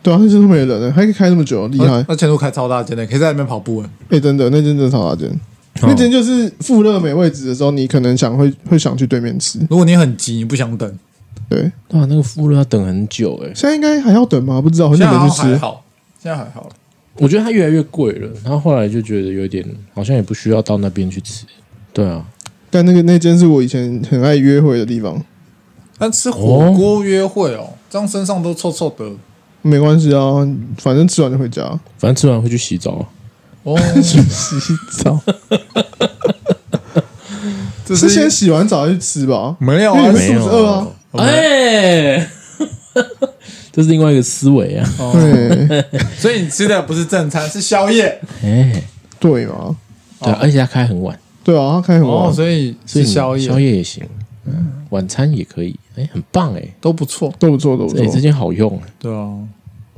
Speaker 4: 对啊，那间都没人了，还可以开那么久，厉害
Speaker 3: 那！那前都开超大间的，可以在那边跑步哎。
Speaker 4: 哎，真的，那间真的超大间，
Speaker 3: 哦
Speaker 4: 那间就是富乐没位置的时候，你可能想会会想去对面吃，
Speaker 3: 如果你很急，你不想等，
Speaker 4: 对，
Speaker 1: 哇，那个复热要等很久哎、
Speaker 4: 现在应该还要等吗？不知
Speaker 1: 哦
Speaker 4: 道，很
Speaker 3: 现
Speaker 4: 久
Speaker 3: 在好
Speaker 4: 没去
Speaker 3: 像还
Speaker 4: 吃。
Speaker 3: 好，现在还好了。
Speaker 1: 我觉得它越来越贵了，然后后来就觉得有点好像也不需要到那边去吃。对啊，
Speaker 4: 但那个那间是我以前很爱约会的地方，
Speaker 3: 但吃火锅约会哦，这样身上都臭臭的
Speaker 4: 没关系啊，反正吃完就回家，
Speaker 1: 反正吃完会去洗澡。啊
Speaker 3: 哦。
Speaker 4: 去洗澡。
Speaker 3: 这 是
Speaker 4: 是先洗完澡再去吃吧？
Speaker 3: 没有
Speaker 4: 因为
Speaker 3: 啊
Speaker 4: 你，们
Speaker 1: 没有
Speaker 4: 肚子饿啊，
Speaker 1: 哎、 这是另外一个思维啊。
Speaker 3: 哦
Speaker 4: 对
Speaker 3: 所以你吃的不是正餐，是宵夜
Speaker 1: 哎、
Speaker 4: 对嘛？
Speaker 1: 对、啊，而且它开很晚，
Speaker 4: 对啊，他开很晚
Speaker 3: 哦，，所以
Speaker 1: 所以
Speaker 3: 是
Speaker 1: 你
Speaker 3: 宵夜，
Speaker 1: 宵夜也行，嗯，晚餐也可以。哎、很棒哎、
Speaker 3: 都不错，
Speaker 4: 都不错，都不
Speaker 1: 哎、这
Speaker 4: 错，
Speaker 1: 间好用、啊，
Speaker 3: 对啊。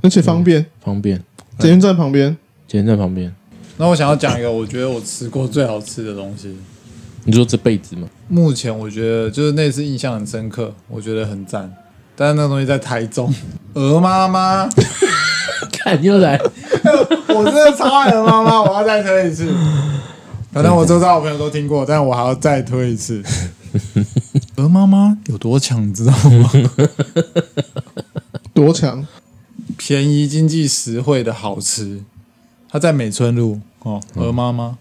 Speaker 4: 而且方便，
Speaker 1: 方便，
Speaker 4: 捷运站旁边。
Speaker 1: 捷运站旁边。
Speaker 3: 那我想要讲一个我觉得我吃过最好吃的东西，
Speaker 1: 你说这辈子吗？
Speaker 3: 目前我觉得就是那次印象很深刻，我觉得很赞。但是那东西在台中，鹅妈妈，
Speaker 1: 看又来，
Speaker 3: 我真的超爱鹅妈妈，我要再推一次。反正我周遭我朋友都听过，但我还要再推一次。 鹅妈妈有多强，你知道吗？
Speaker 4: 多强！
Speaker 3: 便宜、经济实惠的好吃，它在美村路哦。鹅妈妈，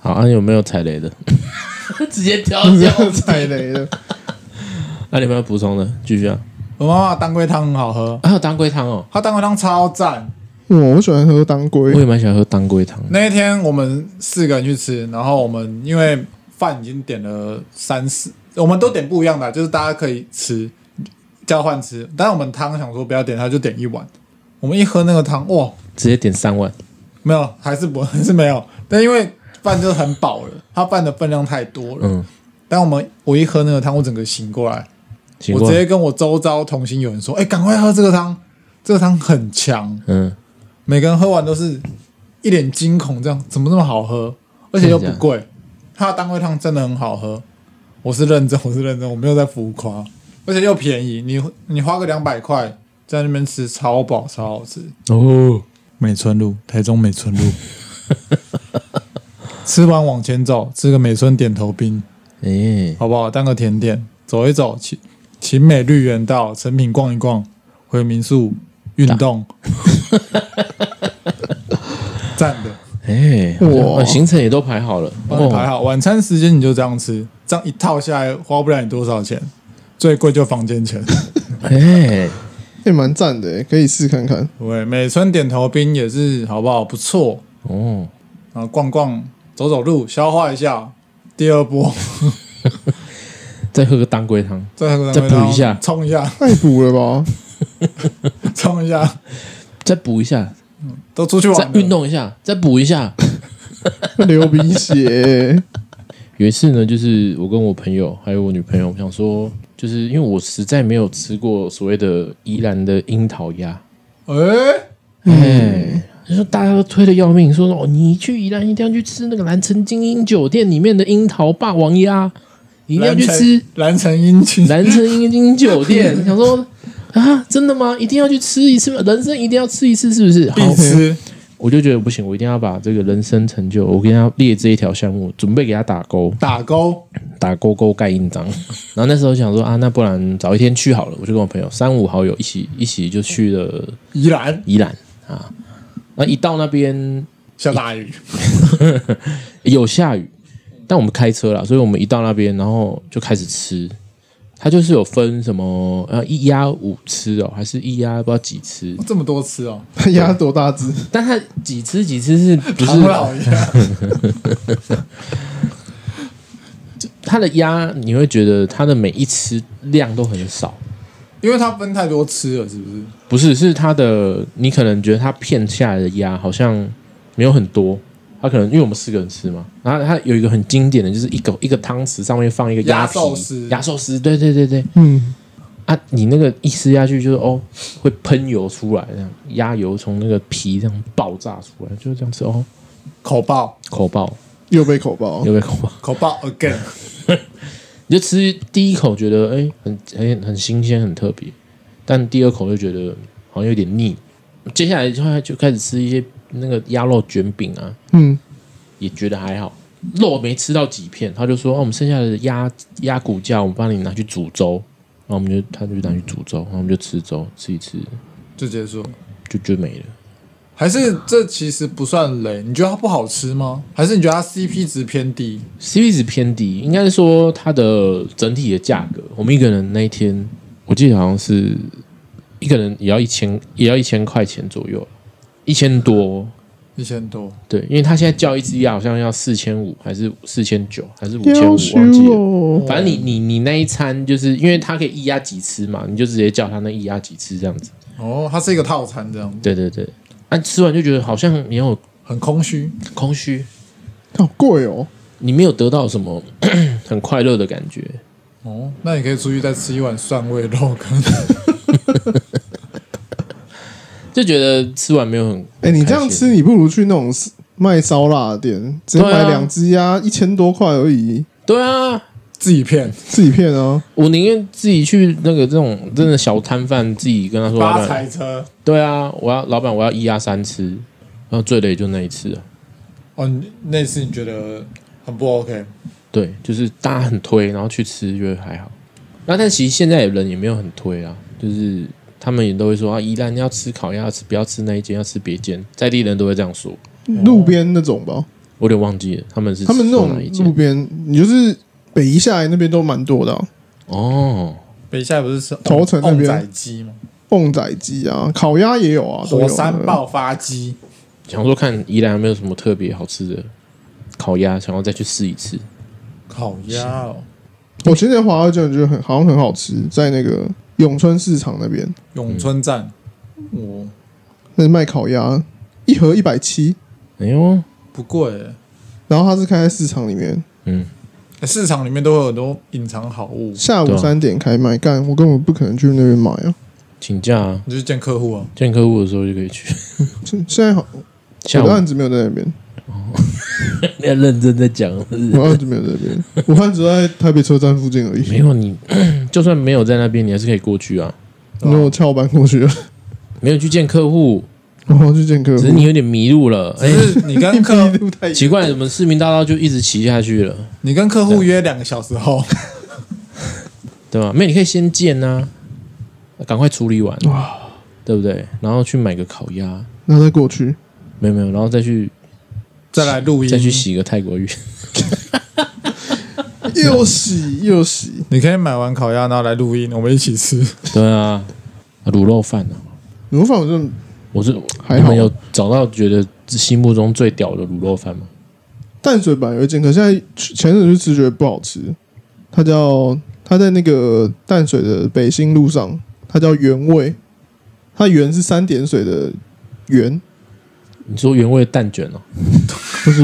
Speaker 1: 好，啊、有没有踩雷的？ 直接 挑
Speaker 4: 你这
Speaker 1: 掉。
Speaker 4: 样 踩雷了，
Speaker 1: 那、啊你们要补充的，继续啊。
Speaker 3: 鹅妈妈的当归汤很好喝，
Speaker 1: 还、有当归汤哦，
Speaker 3: 它当归汤超赞。
Speaker 4: 我我喜欢喝当
Speaker 1: 我
Speaker 4: 归，
Speaker 1: 也蛮喜欢喝当归汤的。
Speaker 3: 那一天我们四个人去吃，然后我们因为饭已经点了三四，我们都点不一样的啊，就是大家可以吃交换吃。但是我们汤想说不要点，他就点一碗。我们一喝那个汤，哇，
Speaker 1: 直接点三碗，
Speaker 3: 没有，还是不还是没有。但因为饭就很饱了，他饭的分量太多了。
Speaker 1: 嗯，
Speaker 3: 但我们我一喝那个汤，我整个醒过来，
Speaker 1: 行
Speaker 3: 我
Speaker 1: 过
Speaker 3: 直，接跟我周遭同行有人说：“哎、赶快喝这个汤，这个汤很强。”
Speaker 1: 嗯，
Speaker 3: 每个人喝完都是一脸惊恐，这样怎么那么好喝，而且又不贵。它的当归汤真的很好喝，我是认真，我是认真，我没有在浮夸，而且又便宜。你你花个两百块在那边吃，超饱，超好吃。
Speaker 1: 哦，
Speaker 3: 美村路，台中美村路。 吃完往前走，吃个美村点头冰，
Speaker 1: 哎、
Speaker 3: 好不好？当个甜点，走一走，勤勤美绿园道、成品逛一逛，回民宿运 动，赞的，
Speaker 1: 哎、好像
Speaker 4: 哇
Speaker 1: 呃行程也都排好了，
Speaker 3: 帮你排
Speaker 1: 哦，
Speaker 3: 好。晚餐时间你就这样吃，这样一套下来花不了你多少钱，最贵就房 间钱。
Speaker 1: 哎、
Speaker 4: 也欸蛮赞的，可以试看看。
Speaker 3: 对，美村点头冰也是好不好？不错，
Speaker 1: 哦，
Speaker 3: 然后逛逛、走走路，消化一下。第二波
Speaker 1: 再喝个当归汤，
Speaker 3: 再喝个
Speaker 1: 再
Speaker 3: 蛋糕
Speaker 1: 补一下
Speaker 3: 冲一下，
Speaker 4: 太补了吧？
Speaker 3: 冲一下，
Speaker 1: 再补一下，
Speaker 3: 都出去
Speaker 1: 再
Speaker 3: 玩了
Speaker 1: 运。动一下，再补一下。
Speaker 4: 流鼻血，欸
Speaker 1: 有一次呢，就是我跟我朋友还有我女朋友，我想说，就是因为我实在没有吃过所谓的宜兰的樱桃鸭，
Speaker 3: 哎、
Speaker 1: 哎，就说大家都推的要命，说哦，你去宜兰一定要去吃那个蓝城精英酒店里面的樱桃霸王鸭，你一定要去吃
Speaker 3: 蓝城 樱青，
Speaker 1: 蓝城精英酒 店。想说啊，真的吗？一定要去吃一次吗？人生一定要吃一次，是不是？好，
Speaker 3: 必吃。
Speaker 1: 我就觉得不行，我一定要把这个人生成就，我给他列这一条项目，准备给他打勾，
Speaker 3: 打勾，
Speaker 1: 打勾勾盖印 章。然后那时候想说啊，那不然早一天去好了，我就跟我朋友三五好友一起一起就去了
Speaker 3: 宜兰
Speaker 1: 宜兰啊。那一到那边
Speaker 3: 下大雨，
Speaker 1: 有下雨，但我们开车啦，所以我们一到那边，然后就开始吃。它就是有分什么呃一鸭五吃哦，还是一鸭不知道几吃，
Speaker 3: 这么多次哦，
Speaker 4: 他压多大只？
Speaker 1: 但它几吃几吃是不
Speaker 3: 唐
Speaker 1: 是
Speaker 3: 老爷，
Speaker 1: 它的鸭？你会觉得它的每一吃量都很少，
Speaker 3: 因为他分太多吃了，是不是？
Speaker 1: 不是是它的，你可能觉得它片下来的鸭好像没有很多，它可能因为我们四个人吃嘛，然后它有一个很经典的就是一个一个汤匙上面放一个
Speaker 3: 鸭
Speaker 1: 皮
Speaker 3: 寿司
Speaker 1: 鸭寿司，对对对对，
Speaker 4: 嗯，
Speaker 1: 啊，你那个一吃下去就是哦，会喷油出来，这样鸭油从那个皮这样爆炸出来，就是这样吃哦，
Speaker 3: 口爆，
Speaker 1: 口爆，
Speaker 3: 哦
Speaker 4: 又被口爆，
Speaker 1: 有没有口爆？
Speaker 3: 口爆 again，
Speaker 1: 你就吃第一口觉得哎、很很很新鲜很特别，但第二口就觉得好像有点腻，接下来就开就开始吃一些那个鸭肉卷饼啊，
Speaker 4: 嗯，
Speaker 1: 也觉得还好，肉没吃到几片，他就说哦，我们剩下的鸭鸭骨架我们帮你拿去煮粥，然后我们就他就拿去煮粥，然后我们就吃粥，吃一吃
Speaker 3: 就结束了。
Speaker 1: 就就没了。
Speaker 3: 还是这其实不算雷？你觉得它不好吃吗？还是你觉得它 CP 值偏低？
Speaker 1: CP 值偏低，应该是说它的整体的价格，我们一个人那一天我记得好像是一个人也要一千也要一千块钱左右，一千多。
Speaker 3: 一千多，
Speaker 1: 对，因为他现在叫一只鸭好像要四千五，还是四千九，还是五千
Speaker 4: 要
Speaker 1: 五，
Speaker 4: 修
Speaker 1: 忘记了。
Speaker 4: 哦，
Speaker 1: 反正你你你那一餐就是因为它可以一鸭几吃嘛，你就直接叫他那一鸭几吃这样子。
Speaker 3: 哦，它是一个套餐这样，
Speaker 1: 对对对，啊，吃完就觉得好像你有
Speaker 3: 很空虚。
Speaker 1: 空虚，
Speaker 4: 好贵哦。
Speaker 1: 你没有得到什么 很快乐的感觉。
Speaker 3: 哦，那你可以出去再吃一碗蒜味肉羹。
Speaker 1: 就觉得吃完没有很
Speaker 4: 哎，你这样
Speaker 1: 开
Speaker 4: 吃，
Speaker 1: 心
Speaker 4: 你不如去那种卖烧腊的店，直接
Speaker 1: 对啊
Speaker 4: 买两只鸭，一千多块而已，
Speaker 1: 对啊，
Speaker 3: 自己 骗，
Speaker 4: 自己骗啊。
Speaker 1: 我宁愿自己去那个这种真的小摊贩，自己跟他说
Speaker 3: 发
Speaker 1: 老板，
Speaker 3: 财车。
Speaker 1: 对啊，我要老板我要一压三吃，然后最累就那一次啊，
Speaker 3: 哦，你那次你觉得很不 OK？
Speaker 1: 对，就是大家很推，然后去吃觉得还好，那但其实现在人也没有很推啊，就是他们也都会说啊，宜兰要吃烤鸭，要吃不要吃那一间，要吃别间，在地人都会这样说，
Speaker 4: 路边那种吧，
Speaker 1: 我有点忘记了他们是
Speaker 4: 他们那
Speaker 1: 说哪一
Speaker 4: 种路
Speaker 1: 间
Speaker 4: 边，你就是北一下来那边都蛮多的啊、
Speaker 1: 哦，
Speaker 3: 北下不是吃
Speaker 4: 头城那边
Speaker 3: 仔鸡吗？
Speaker 4: 凤仔鸡啊，烤鸭也有啊，都有
Speaker 3: 火山
Speaker 4: 啊。
Speaker 3: 爆发鸡，
Speaker 1: 想说看宜兰有没有什么特别好吃的烤鸭，想要再去试一次。
Speaker 3: 烤鸭哦，
Speaker 4: 我前天华二酱觉得很好像很好吃，在那个永春市场那边，
Speaker 3: 永春站，我
Speaker 4: 那是卖烤鸭，一盒一百七，
Speaker 1: 哎呦，
Speaker 3: 不贵耶、
Speaker 4: 然后它是开在市场里面，
Speaker 1: 嗯，
Speaker 3: 欸市场里面都会有很多隐藏好物，
Speaker 4: 下
Speaker 1: 对
Speaker 4: 午
Speaker 1: 啊
Speaker 4: 三点开卖，干我根本不可能去那边买啊。
Speaker 1: 请假、啊，
Speaker 3: 你就去见客户啊。
Speaker 1: 见客户的时候就可以 去。
Speaker 4: 现现在好，
Speaker 1: 下
Speaker 4: 我
Speaker 1: 午
Speaker 4: 的案子没有在那边，
Speaker 1: 你要认真在讲，
Speaker 4: 我的案子没有在那哦 边，我案子在台北车站附近而
Speaker 1: 没
Speaker 4: 已。
Speaker 1: 有你， 就算没有在那边，你还是可以过去啊。
Speaker 4: 因为我翘班过去了，
Speaker 1: 没有去见客户，
Speaker 4: 然后去见客
Speaker 1: 只
Speaker 4: 户
Speaker 1: 是，你有点迷路了。哎、
Speaker 3: 只是你跟客，
Speaker 4: 路太远
Speaker 1: 奇怪，怎么市民大道就一直骑下去了，
Speaker 3: 你跟客户约两个小时后，
Speaker 1: 对吧？没有，你可以先见呐、赶快处理完，对不对？然后去买个烤鸭，
Speaker 4: 然后再 过去，
Speaker 1: 没有没有，然后再去
Speaker 3: 再来录音，
Speaker 1: 再去洗个泰国浴，
Speaker 4: 又洗又洗，
Speaker 3: 你可以买完烤鸭，然后来录音，我们一起吃。
Speaker 1: 对啊，卤肉饭啊。
Speaker 4: 卤饭我就
Speaker 1: 我是
Speaker 4: 还
Speaker 1: 你
Speaker 4: 好
Speaker 1: 们有找到觉得心目中最屌的卤肉饭吗？
Speaker 4: 淡水本来有一间，可现在去前阵子去吃觉得不好吃。它叫它在那个淡水的北新路上，它叫原味，它原是三点水的原，
Speaker 1: 你说原味蛋卷哦，
Speaker 4: 不是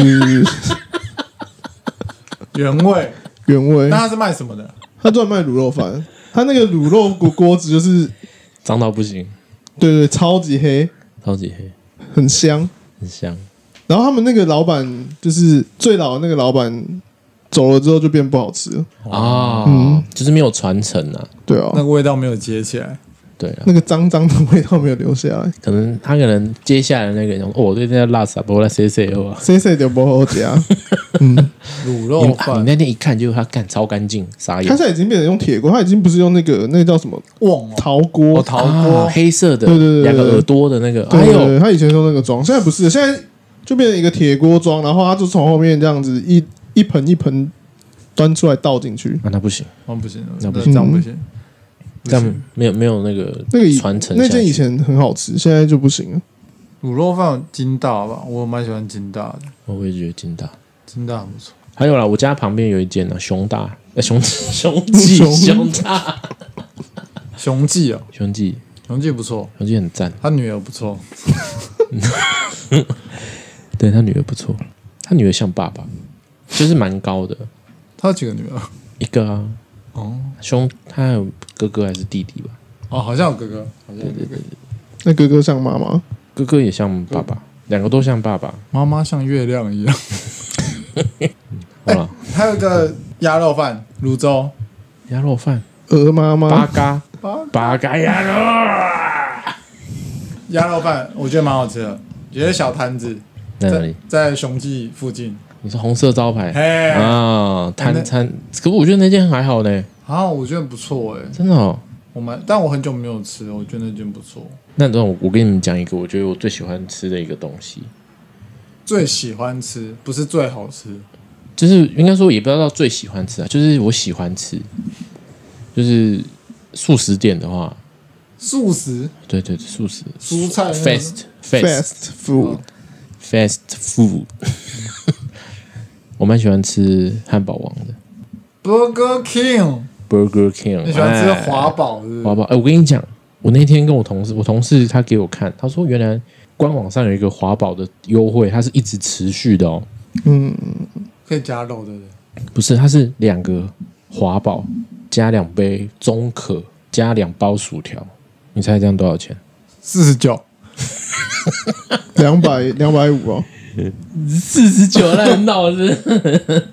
Speaker 3: 原味，
Speaker 4: 原 味
Speaker 3: 那。他是卖什么的？
Speaker 4: 它专卖卤肉饭，它那个卤肉锅锅子就是
Speaker 1: 脏到不行，
Speaker 4: 对对，超级黑，
Speaker 1: 超级黑，
Speaker 4: 很香。
Speaker 1: 很香。
Speaker 4: 然后他们那个老板就是最老的那个老板走了之后就变不好吃了，哦
Speaker 1: 啊、就是没有传承啊。
Speaker 4: 对啊
Speaker 3: 那，个味道没有接起来，
Speaker 1: 对啊，
Speaker 4: 那个脏脏的味道没有留下 来，
Speaker 1: 可能他可能接下来那个人想说，哦，我对这家辣死啊，不过来 C C O 啊。
Speaker 4: 谁谁就不好吃 啊。
Speaker 3: 卤
Speaker 4: 哦
Speaker 1: 你
Speaker 3: 肉
Speaker 1: 啊你
Speaker 3: 饭，
Speaker 1: 那天一看就他干超干净，傻
Speaker 4: 它
Speaker 1: 眼
Speaker 4: 现。在已经变成用铁锅，它已经不是用那个那个叫什么
Speaker 3: 旺哦，
Speaker 4: 陶锅，
Speaker 3: 哦陶锅
Speaker 1: 啊黑色的，
Speaker 4: 对对对对
Speaker 1: 两个耳朵的那个，
Speaker 4: 对
Speaker 1: 哎
Speaker 4: 对对
Speaker 1: 呦，
Speaker 4: 它以前用那个装，现在不是，现在就变成一个铁锅装，然后它就从后面这样子一一盆一盆端出来倒进去，
Speaker 1: 啊，那不行，
Speaker 3: 哦不行，
Speaker 1: 那不
Speaker 4: 行
Speaker 3: 这样不行。
Speaker 1: 这样没有没有那个
Speaker 4: 那个以
Speaker 1: 传承下
Speaker 4: 那
Speaker 1: 去。
Speaker 4: 件以前很好吃，现在就不行了。
Speaker 3: 卤肉饭有金大吧，我蛮喜欢金大的，
Speaker 1: 我也觉得金大。
Speaker 3: 金大很不错。
Speaker 1: 还有啦，我家旁边有一间啊，熊大，呃熊 熊记
Speaker 4: 熊
Speaker 1: 熊大
Speaker 3: 雄记哦，
Speaker 1: 熊记
Speaker 3: 雄记不错，
Speaker 1: 熊记很赞，
Speaker 3: 他女儿不错，
Speaker 1: 对他女儿不错，他女儿像爸爸，就是蛮高的
Speaker 3: 他有几个女儿？
Speaker 1: 一个啊，
Speaker 3: 哦
Speaker 1: 兄他还有哥哥还是弟弟吧？
Speaker 3: 哦，好像有哥哥，好像
Speaker 1: 对
Speaker 3: 有
Speaker 1: 对
Speaker 3: 哥哥
Speaker 1: 对，
Speaker 4: 那哥哥像妈妈，
Speaker 1: 哥哥也像爸爸，两个都像爸爸。
Speaker 3: 妈妈像月亮一样。哎
Speaker 1: 好了，
Speaker 3: 还有一个鸭肉饭，泸州
Speaker 1: 鸭肉饭，
Speaker 4: 鹅妈
Speaker 1: 八
Speaker 4: 妈，
Speaker 1: 嘎
Speaker 3: 八
Speaker 1: 八嘎鸭肉啊，
Speaker 3: 鸭肉饭，我觉得蛮好吃的，也是小摊子，
Speaker 1: 在哪里？
Speaker 3: 在雄记附近。
Speaker 1: 你是红色招牌
Speaker 3: 嘿，
Speaker 1: 啊？
Speaker 3: 那
Speaker 1: 摊摊，可是我觉得那间还好呢，
Speaker 3: 啊，我觉得不错哎、
Speaker 1: 真的哦。
Speaker 3: 我蛮，但我很久没有吃了，我觉得那间不错。
Speaker 1: 那你知道我我跟你们讲一个，我觉得我最喜欢吃的一个东西，
Speaker 3: 最喜欢吃不是最好吃，
Speaker 1: 就是应该说也不要到最喜欢吃啊，就是我喜欢吃，就是素食店的话，
Speaker 3: 素食
Speaker 1: 对对对，素食
Speaker 3: 蔬菜那个
Speaker 1: fast fast
Speaker 4: fast food，
Speaker 1: fast food，我蛮喜欢吃汉堡王的
Speaker 3: Burger King，
Speaker 1: Burger King，
Speaker 3: 你喜欢吃
Speaker 1: 哎
Speaker 3: 华堡是不是
Speaker 1: 好不好？哎、我跟你讲，我那天跟我同事，我同事他给我看，他说原来官网上有一个华宝的优惠，它是一直持续的哦，
Speaker 4: 嗯，
Speaker 3: 可以加肉的人，
Speaker 1: 不是，它是两个华宝加两杯中可加两包薯条，你猜这样多少钱？
Speaker 3: 四十九，
Speaker 4: 两百两百五哦，
Speaker 1: 四十九，那很闹是？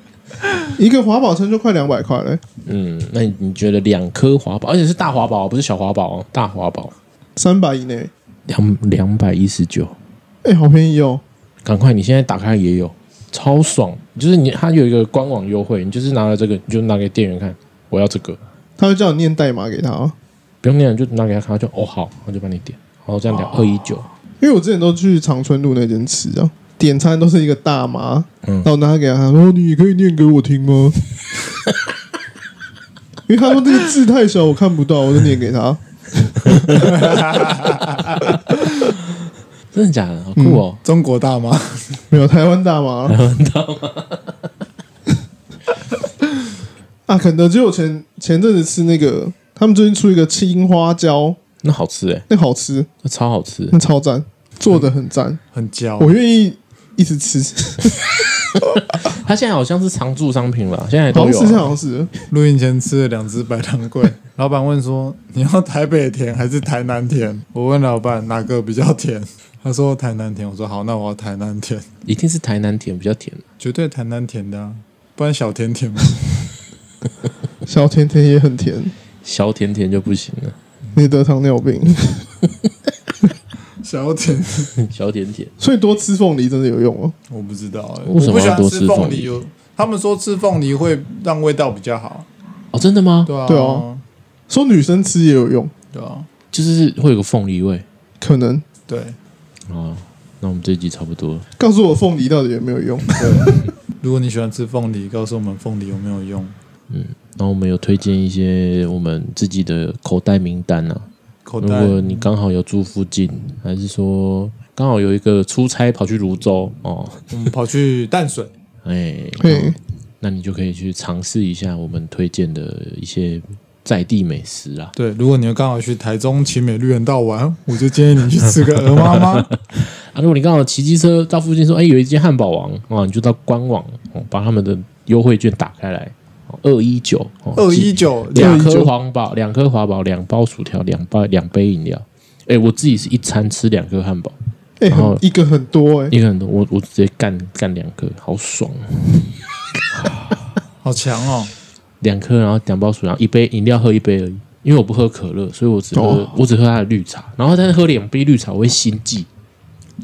Speaker 4: 一个华宝餐就快两百块嘞，
Speaker 1: 嗯，那你你觉得两颗华宝，而且是大华宝哦，不是小华宝哦，大华宝
Speaker 4: 三百以内，
Speaker 1: 两两百一十九，
Speaker 4: 哎，好便宜哦，
Speaker 1: 赶快，你现在打开也有，超爽！就是你，它有一个官网优惠，你就是拿了这个，你就拿给店员看，我要这个，
Speaker 4: 他会叫你念代码给他哦，
Speaker 1: 不用念，就拿给他看，他就哦好，我就帮你点，然后这样两二一九，
Speaker 4: 因为我之前都去长春路那间吃啊，点餐都是一个大妈，
Speaker 1: 嗯
Speaker 4: 然后我拿给她，她说哦你可以念给我听 吗？因为她说这个字太小，我看不到，我就念给她。
Speaker 1: 真的假的？好酷哦！
Speaker 3: 中国大妈，
Speaker 4: 没有台湾 大妈，台湾大
Speaker 1: 哦
Speaker 4: 妈啊！肯德基我前前阵子吃那个，他们最近出一个青花椒，
Speaker 1: 那好吃哎、
Speaker 4: 那好吃，
Speaker 1: 那超好吃
Speaker 4: 那，超赞，做的很赞，
Speaker 3: 很焦，
Speaker 4: 我愿意一直吃，
Speaker 1: 它现在好像是常驻商品了，现在
Speaker 4: 好
Speaker 1: 都
Speaker 4: 像
Speaker 1: 有
Speaker 4: 哦是
Speaker 1: 啊、
Speaker 4: 好像是，
Speaker 3: 录音前吃了两只白糖 桂，老板问说你要台北甜还是台南甜？我问老板哪个比较甜，他说台南甜。我说好，那我要台南甜，
Speaker 1: 一定是台南甜比较甜，
Speaker 3: 绝对台南甜的、啊，不然小 甜甜吗？
Speaker 4: 小甜甜也很甜，
Speaker 1: 小甜甜就不行了，
Speaker 4: 你得糖尿病，
Speaker 3: 小甜，
Speaker 1: 小甜甜
Speaker 4: 所以多吃凤梨真的有用哦。
Speaker 3: 我不知道、欸，
Speaker 1: 为什么
Speaker 3: 我不喜
Speaker 1: 要
Speaker 3: 欢
Speaker 1: 多
Speaker 3: 吃
Speaker 1: 吃
Speaker 3: 凤
Speaker 1: 凤
Speaker 3: 梨
Speaker 1: 梨
Speaker 3: 有，他们说吃凤梨会让味道比较好，
Speaker 1: 哦，真的吗？
Speaker 3: 对啊，
Speaker 4: 对啊，说女生吃也有用，
Speaker 3: 对啊，
Speaker 1: 就是会有个凤梨味
Speaker 4: 可能
Speaker 3: 对。
Speaker 1: 哦。那我们这一集差不多了，
Speaker 4: 告诉我凤梨到底有没有用？
Speaker 3: 如果你喜欢吃凤梨，告诉我们凤梨有没有用？
Speaker 1: 然后我们有推荐一些我们自己的口袋名单啊，
Speaker 3: 口
Speaker 1: 如
Speaker 3: 袋
Speaker 1: 果你刚好有住附近，还是说刚好有一个出差跑去泸州哦，
Speaker 3: 我们跑去淡水，
Speaker 1: 哎，
Speaker 4: 嘿，
Speaker 1: 那你就可以去尝试一下我们推荐的一些在地美食啦。
Speaker 3: 对，如果你刚好去台中奇美绿园道玩， 我就建议你去吃个鹅 妈妈。
Speaker 1: 啊，如果你刚好骑机车到附近说，哎，有一间汉堡王哦，你就到官网哦，把他们的优惠券打开来，哦二一九，
Speaker 3: 二一九，
Speaker 1: 两颗
Speaker 3: 219
Speaker 1: 黄堡，两颗华堡，两包薯条，两包两杯饮料。哎，我自己是一餐吃两颗汉堡，
Speaker 4: 哎、
Speaker 1: 然后
Speaker 4: 很一个很多哎、
Speaker 1: 一个人都我我直接干干两颗，好爽啊！
Speaker 3: 好强哦！
Speaker 1: 两颗，然后两包薯，然后一杯饮料喝一杯而已，因为我不喝可乐，所以我只喝、
Speaker 4: 哦
Speaker 1: 我只喝他的绿茶，然后但是喝两杯绿茶我会心悸，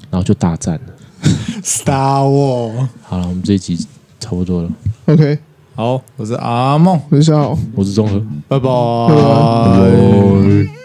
Speaker 1: 然后就大战了。
Speaker 3: Star War，
Speaker 1: 好了，我们这一集差不多了，
Speaker 4: OK，
Speaker 3: 好，我是阿梦，
Speaker 4: 哦很小。
Speaker 1: 我是综合。
Speaker 3: 拜拜。
Speaker 4: 拜
Speaker 1: 拜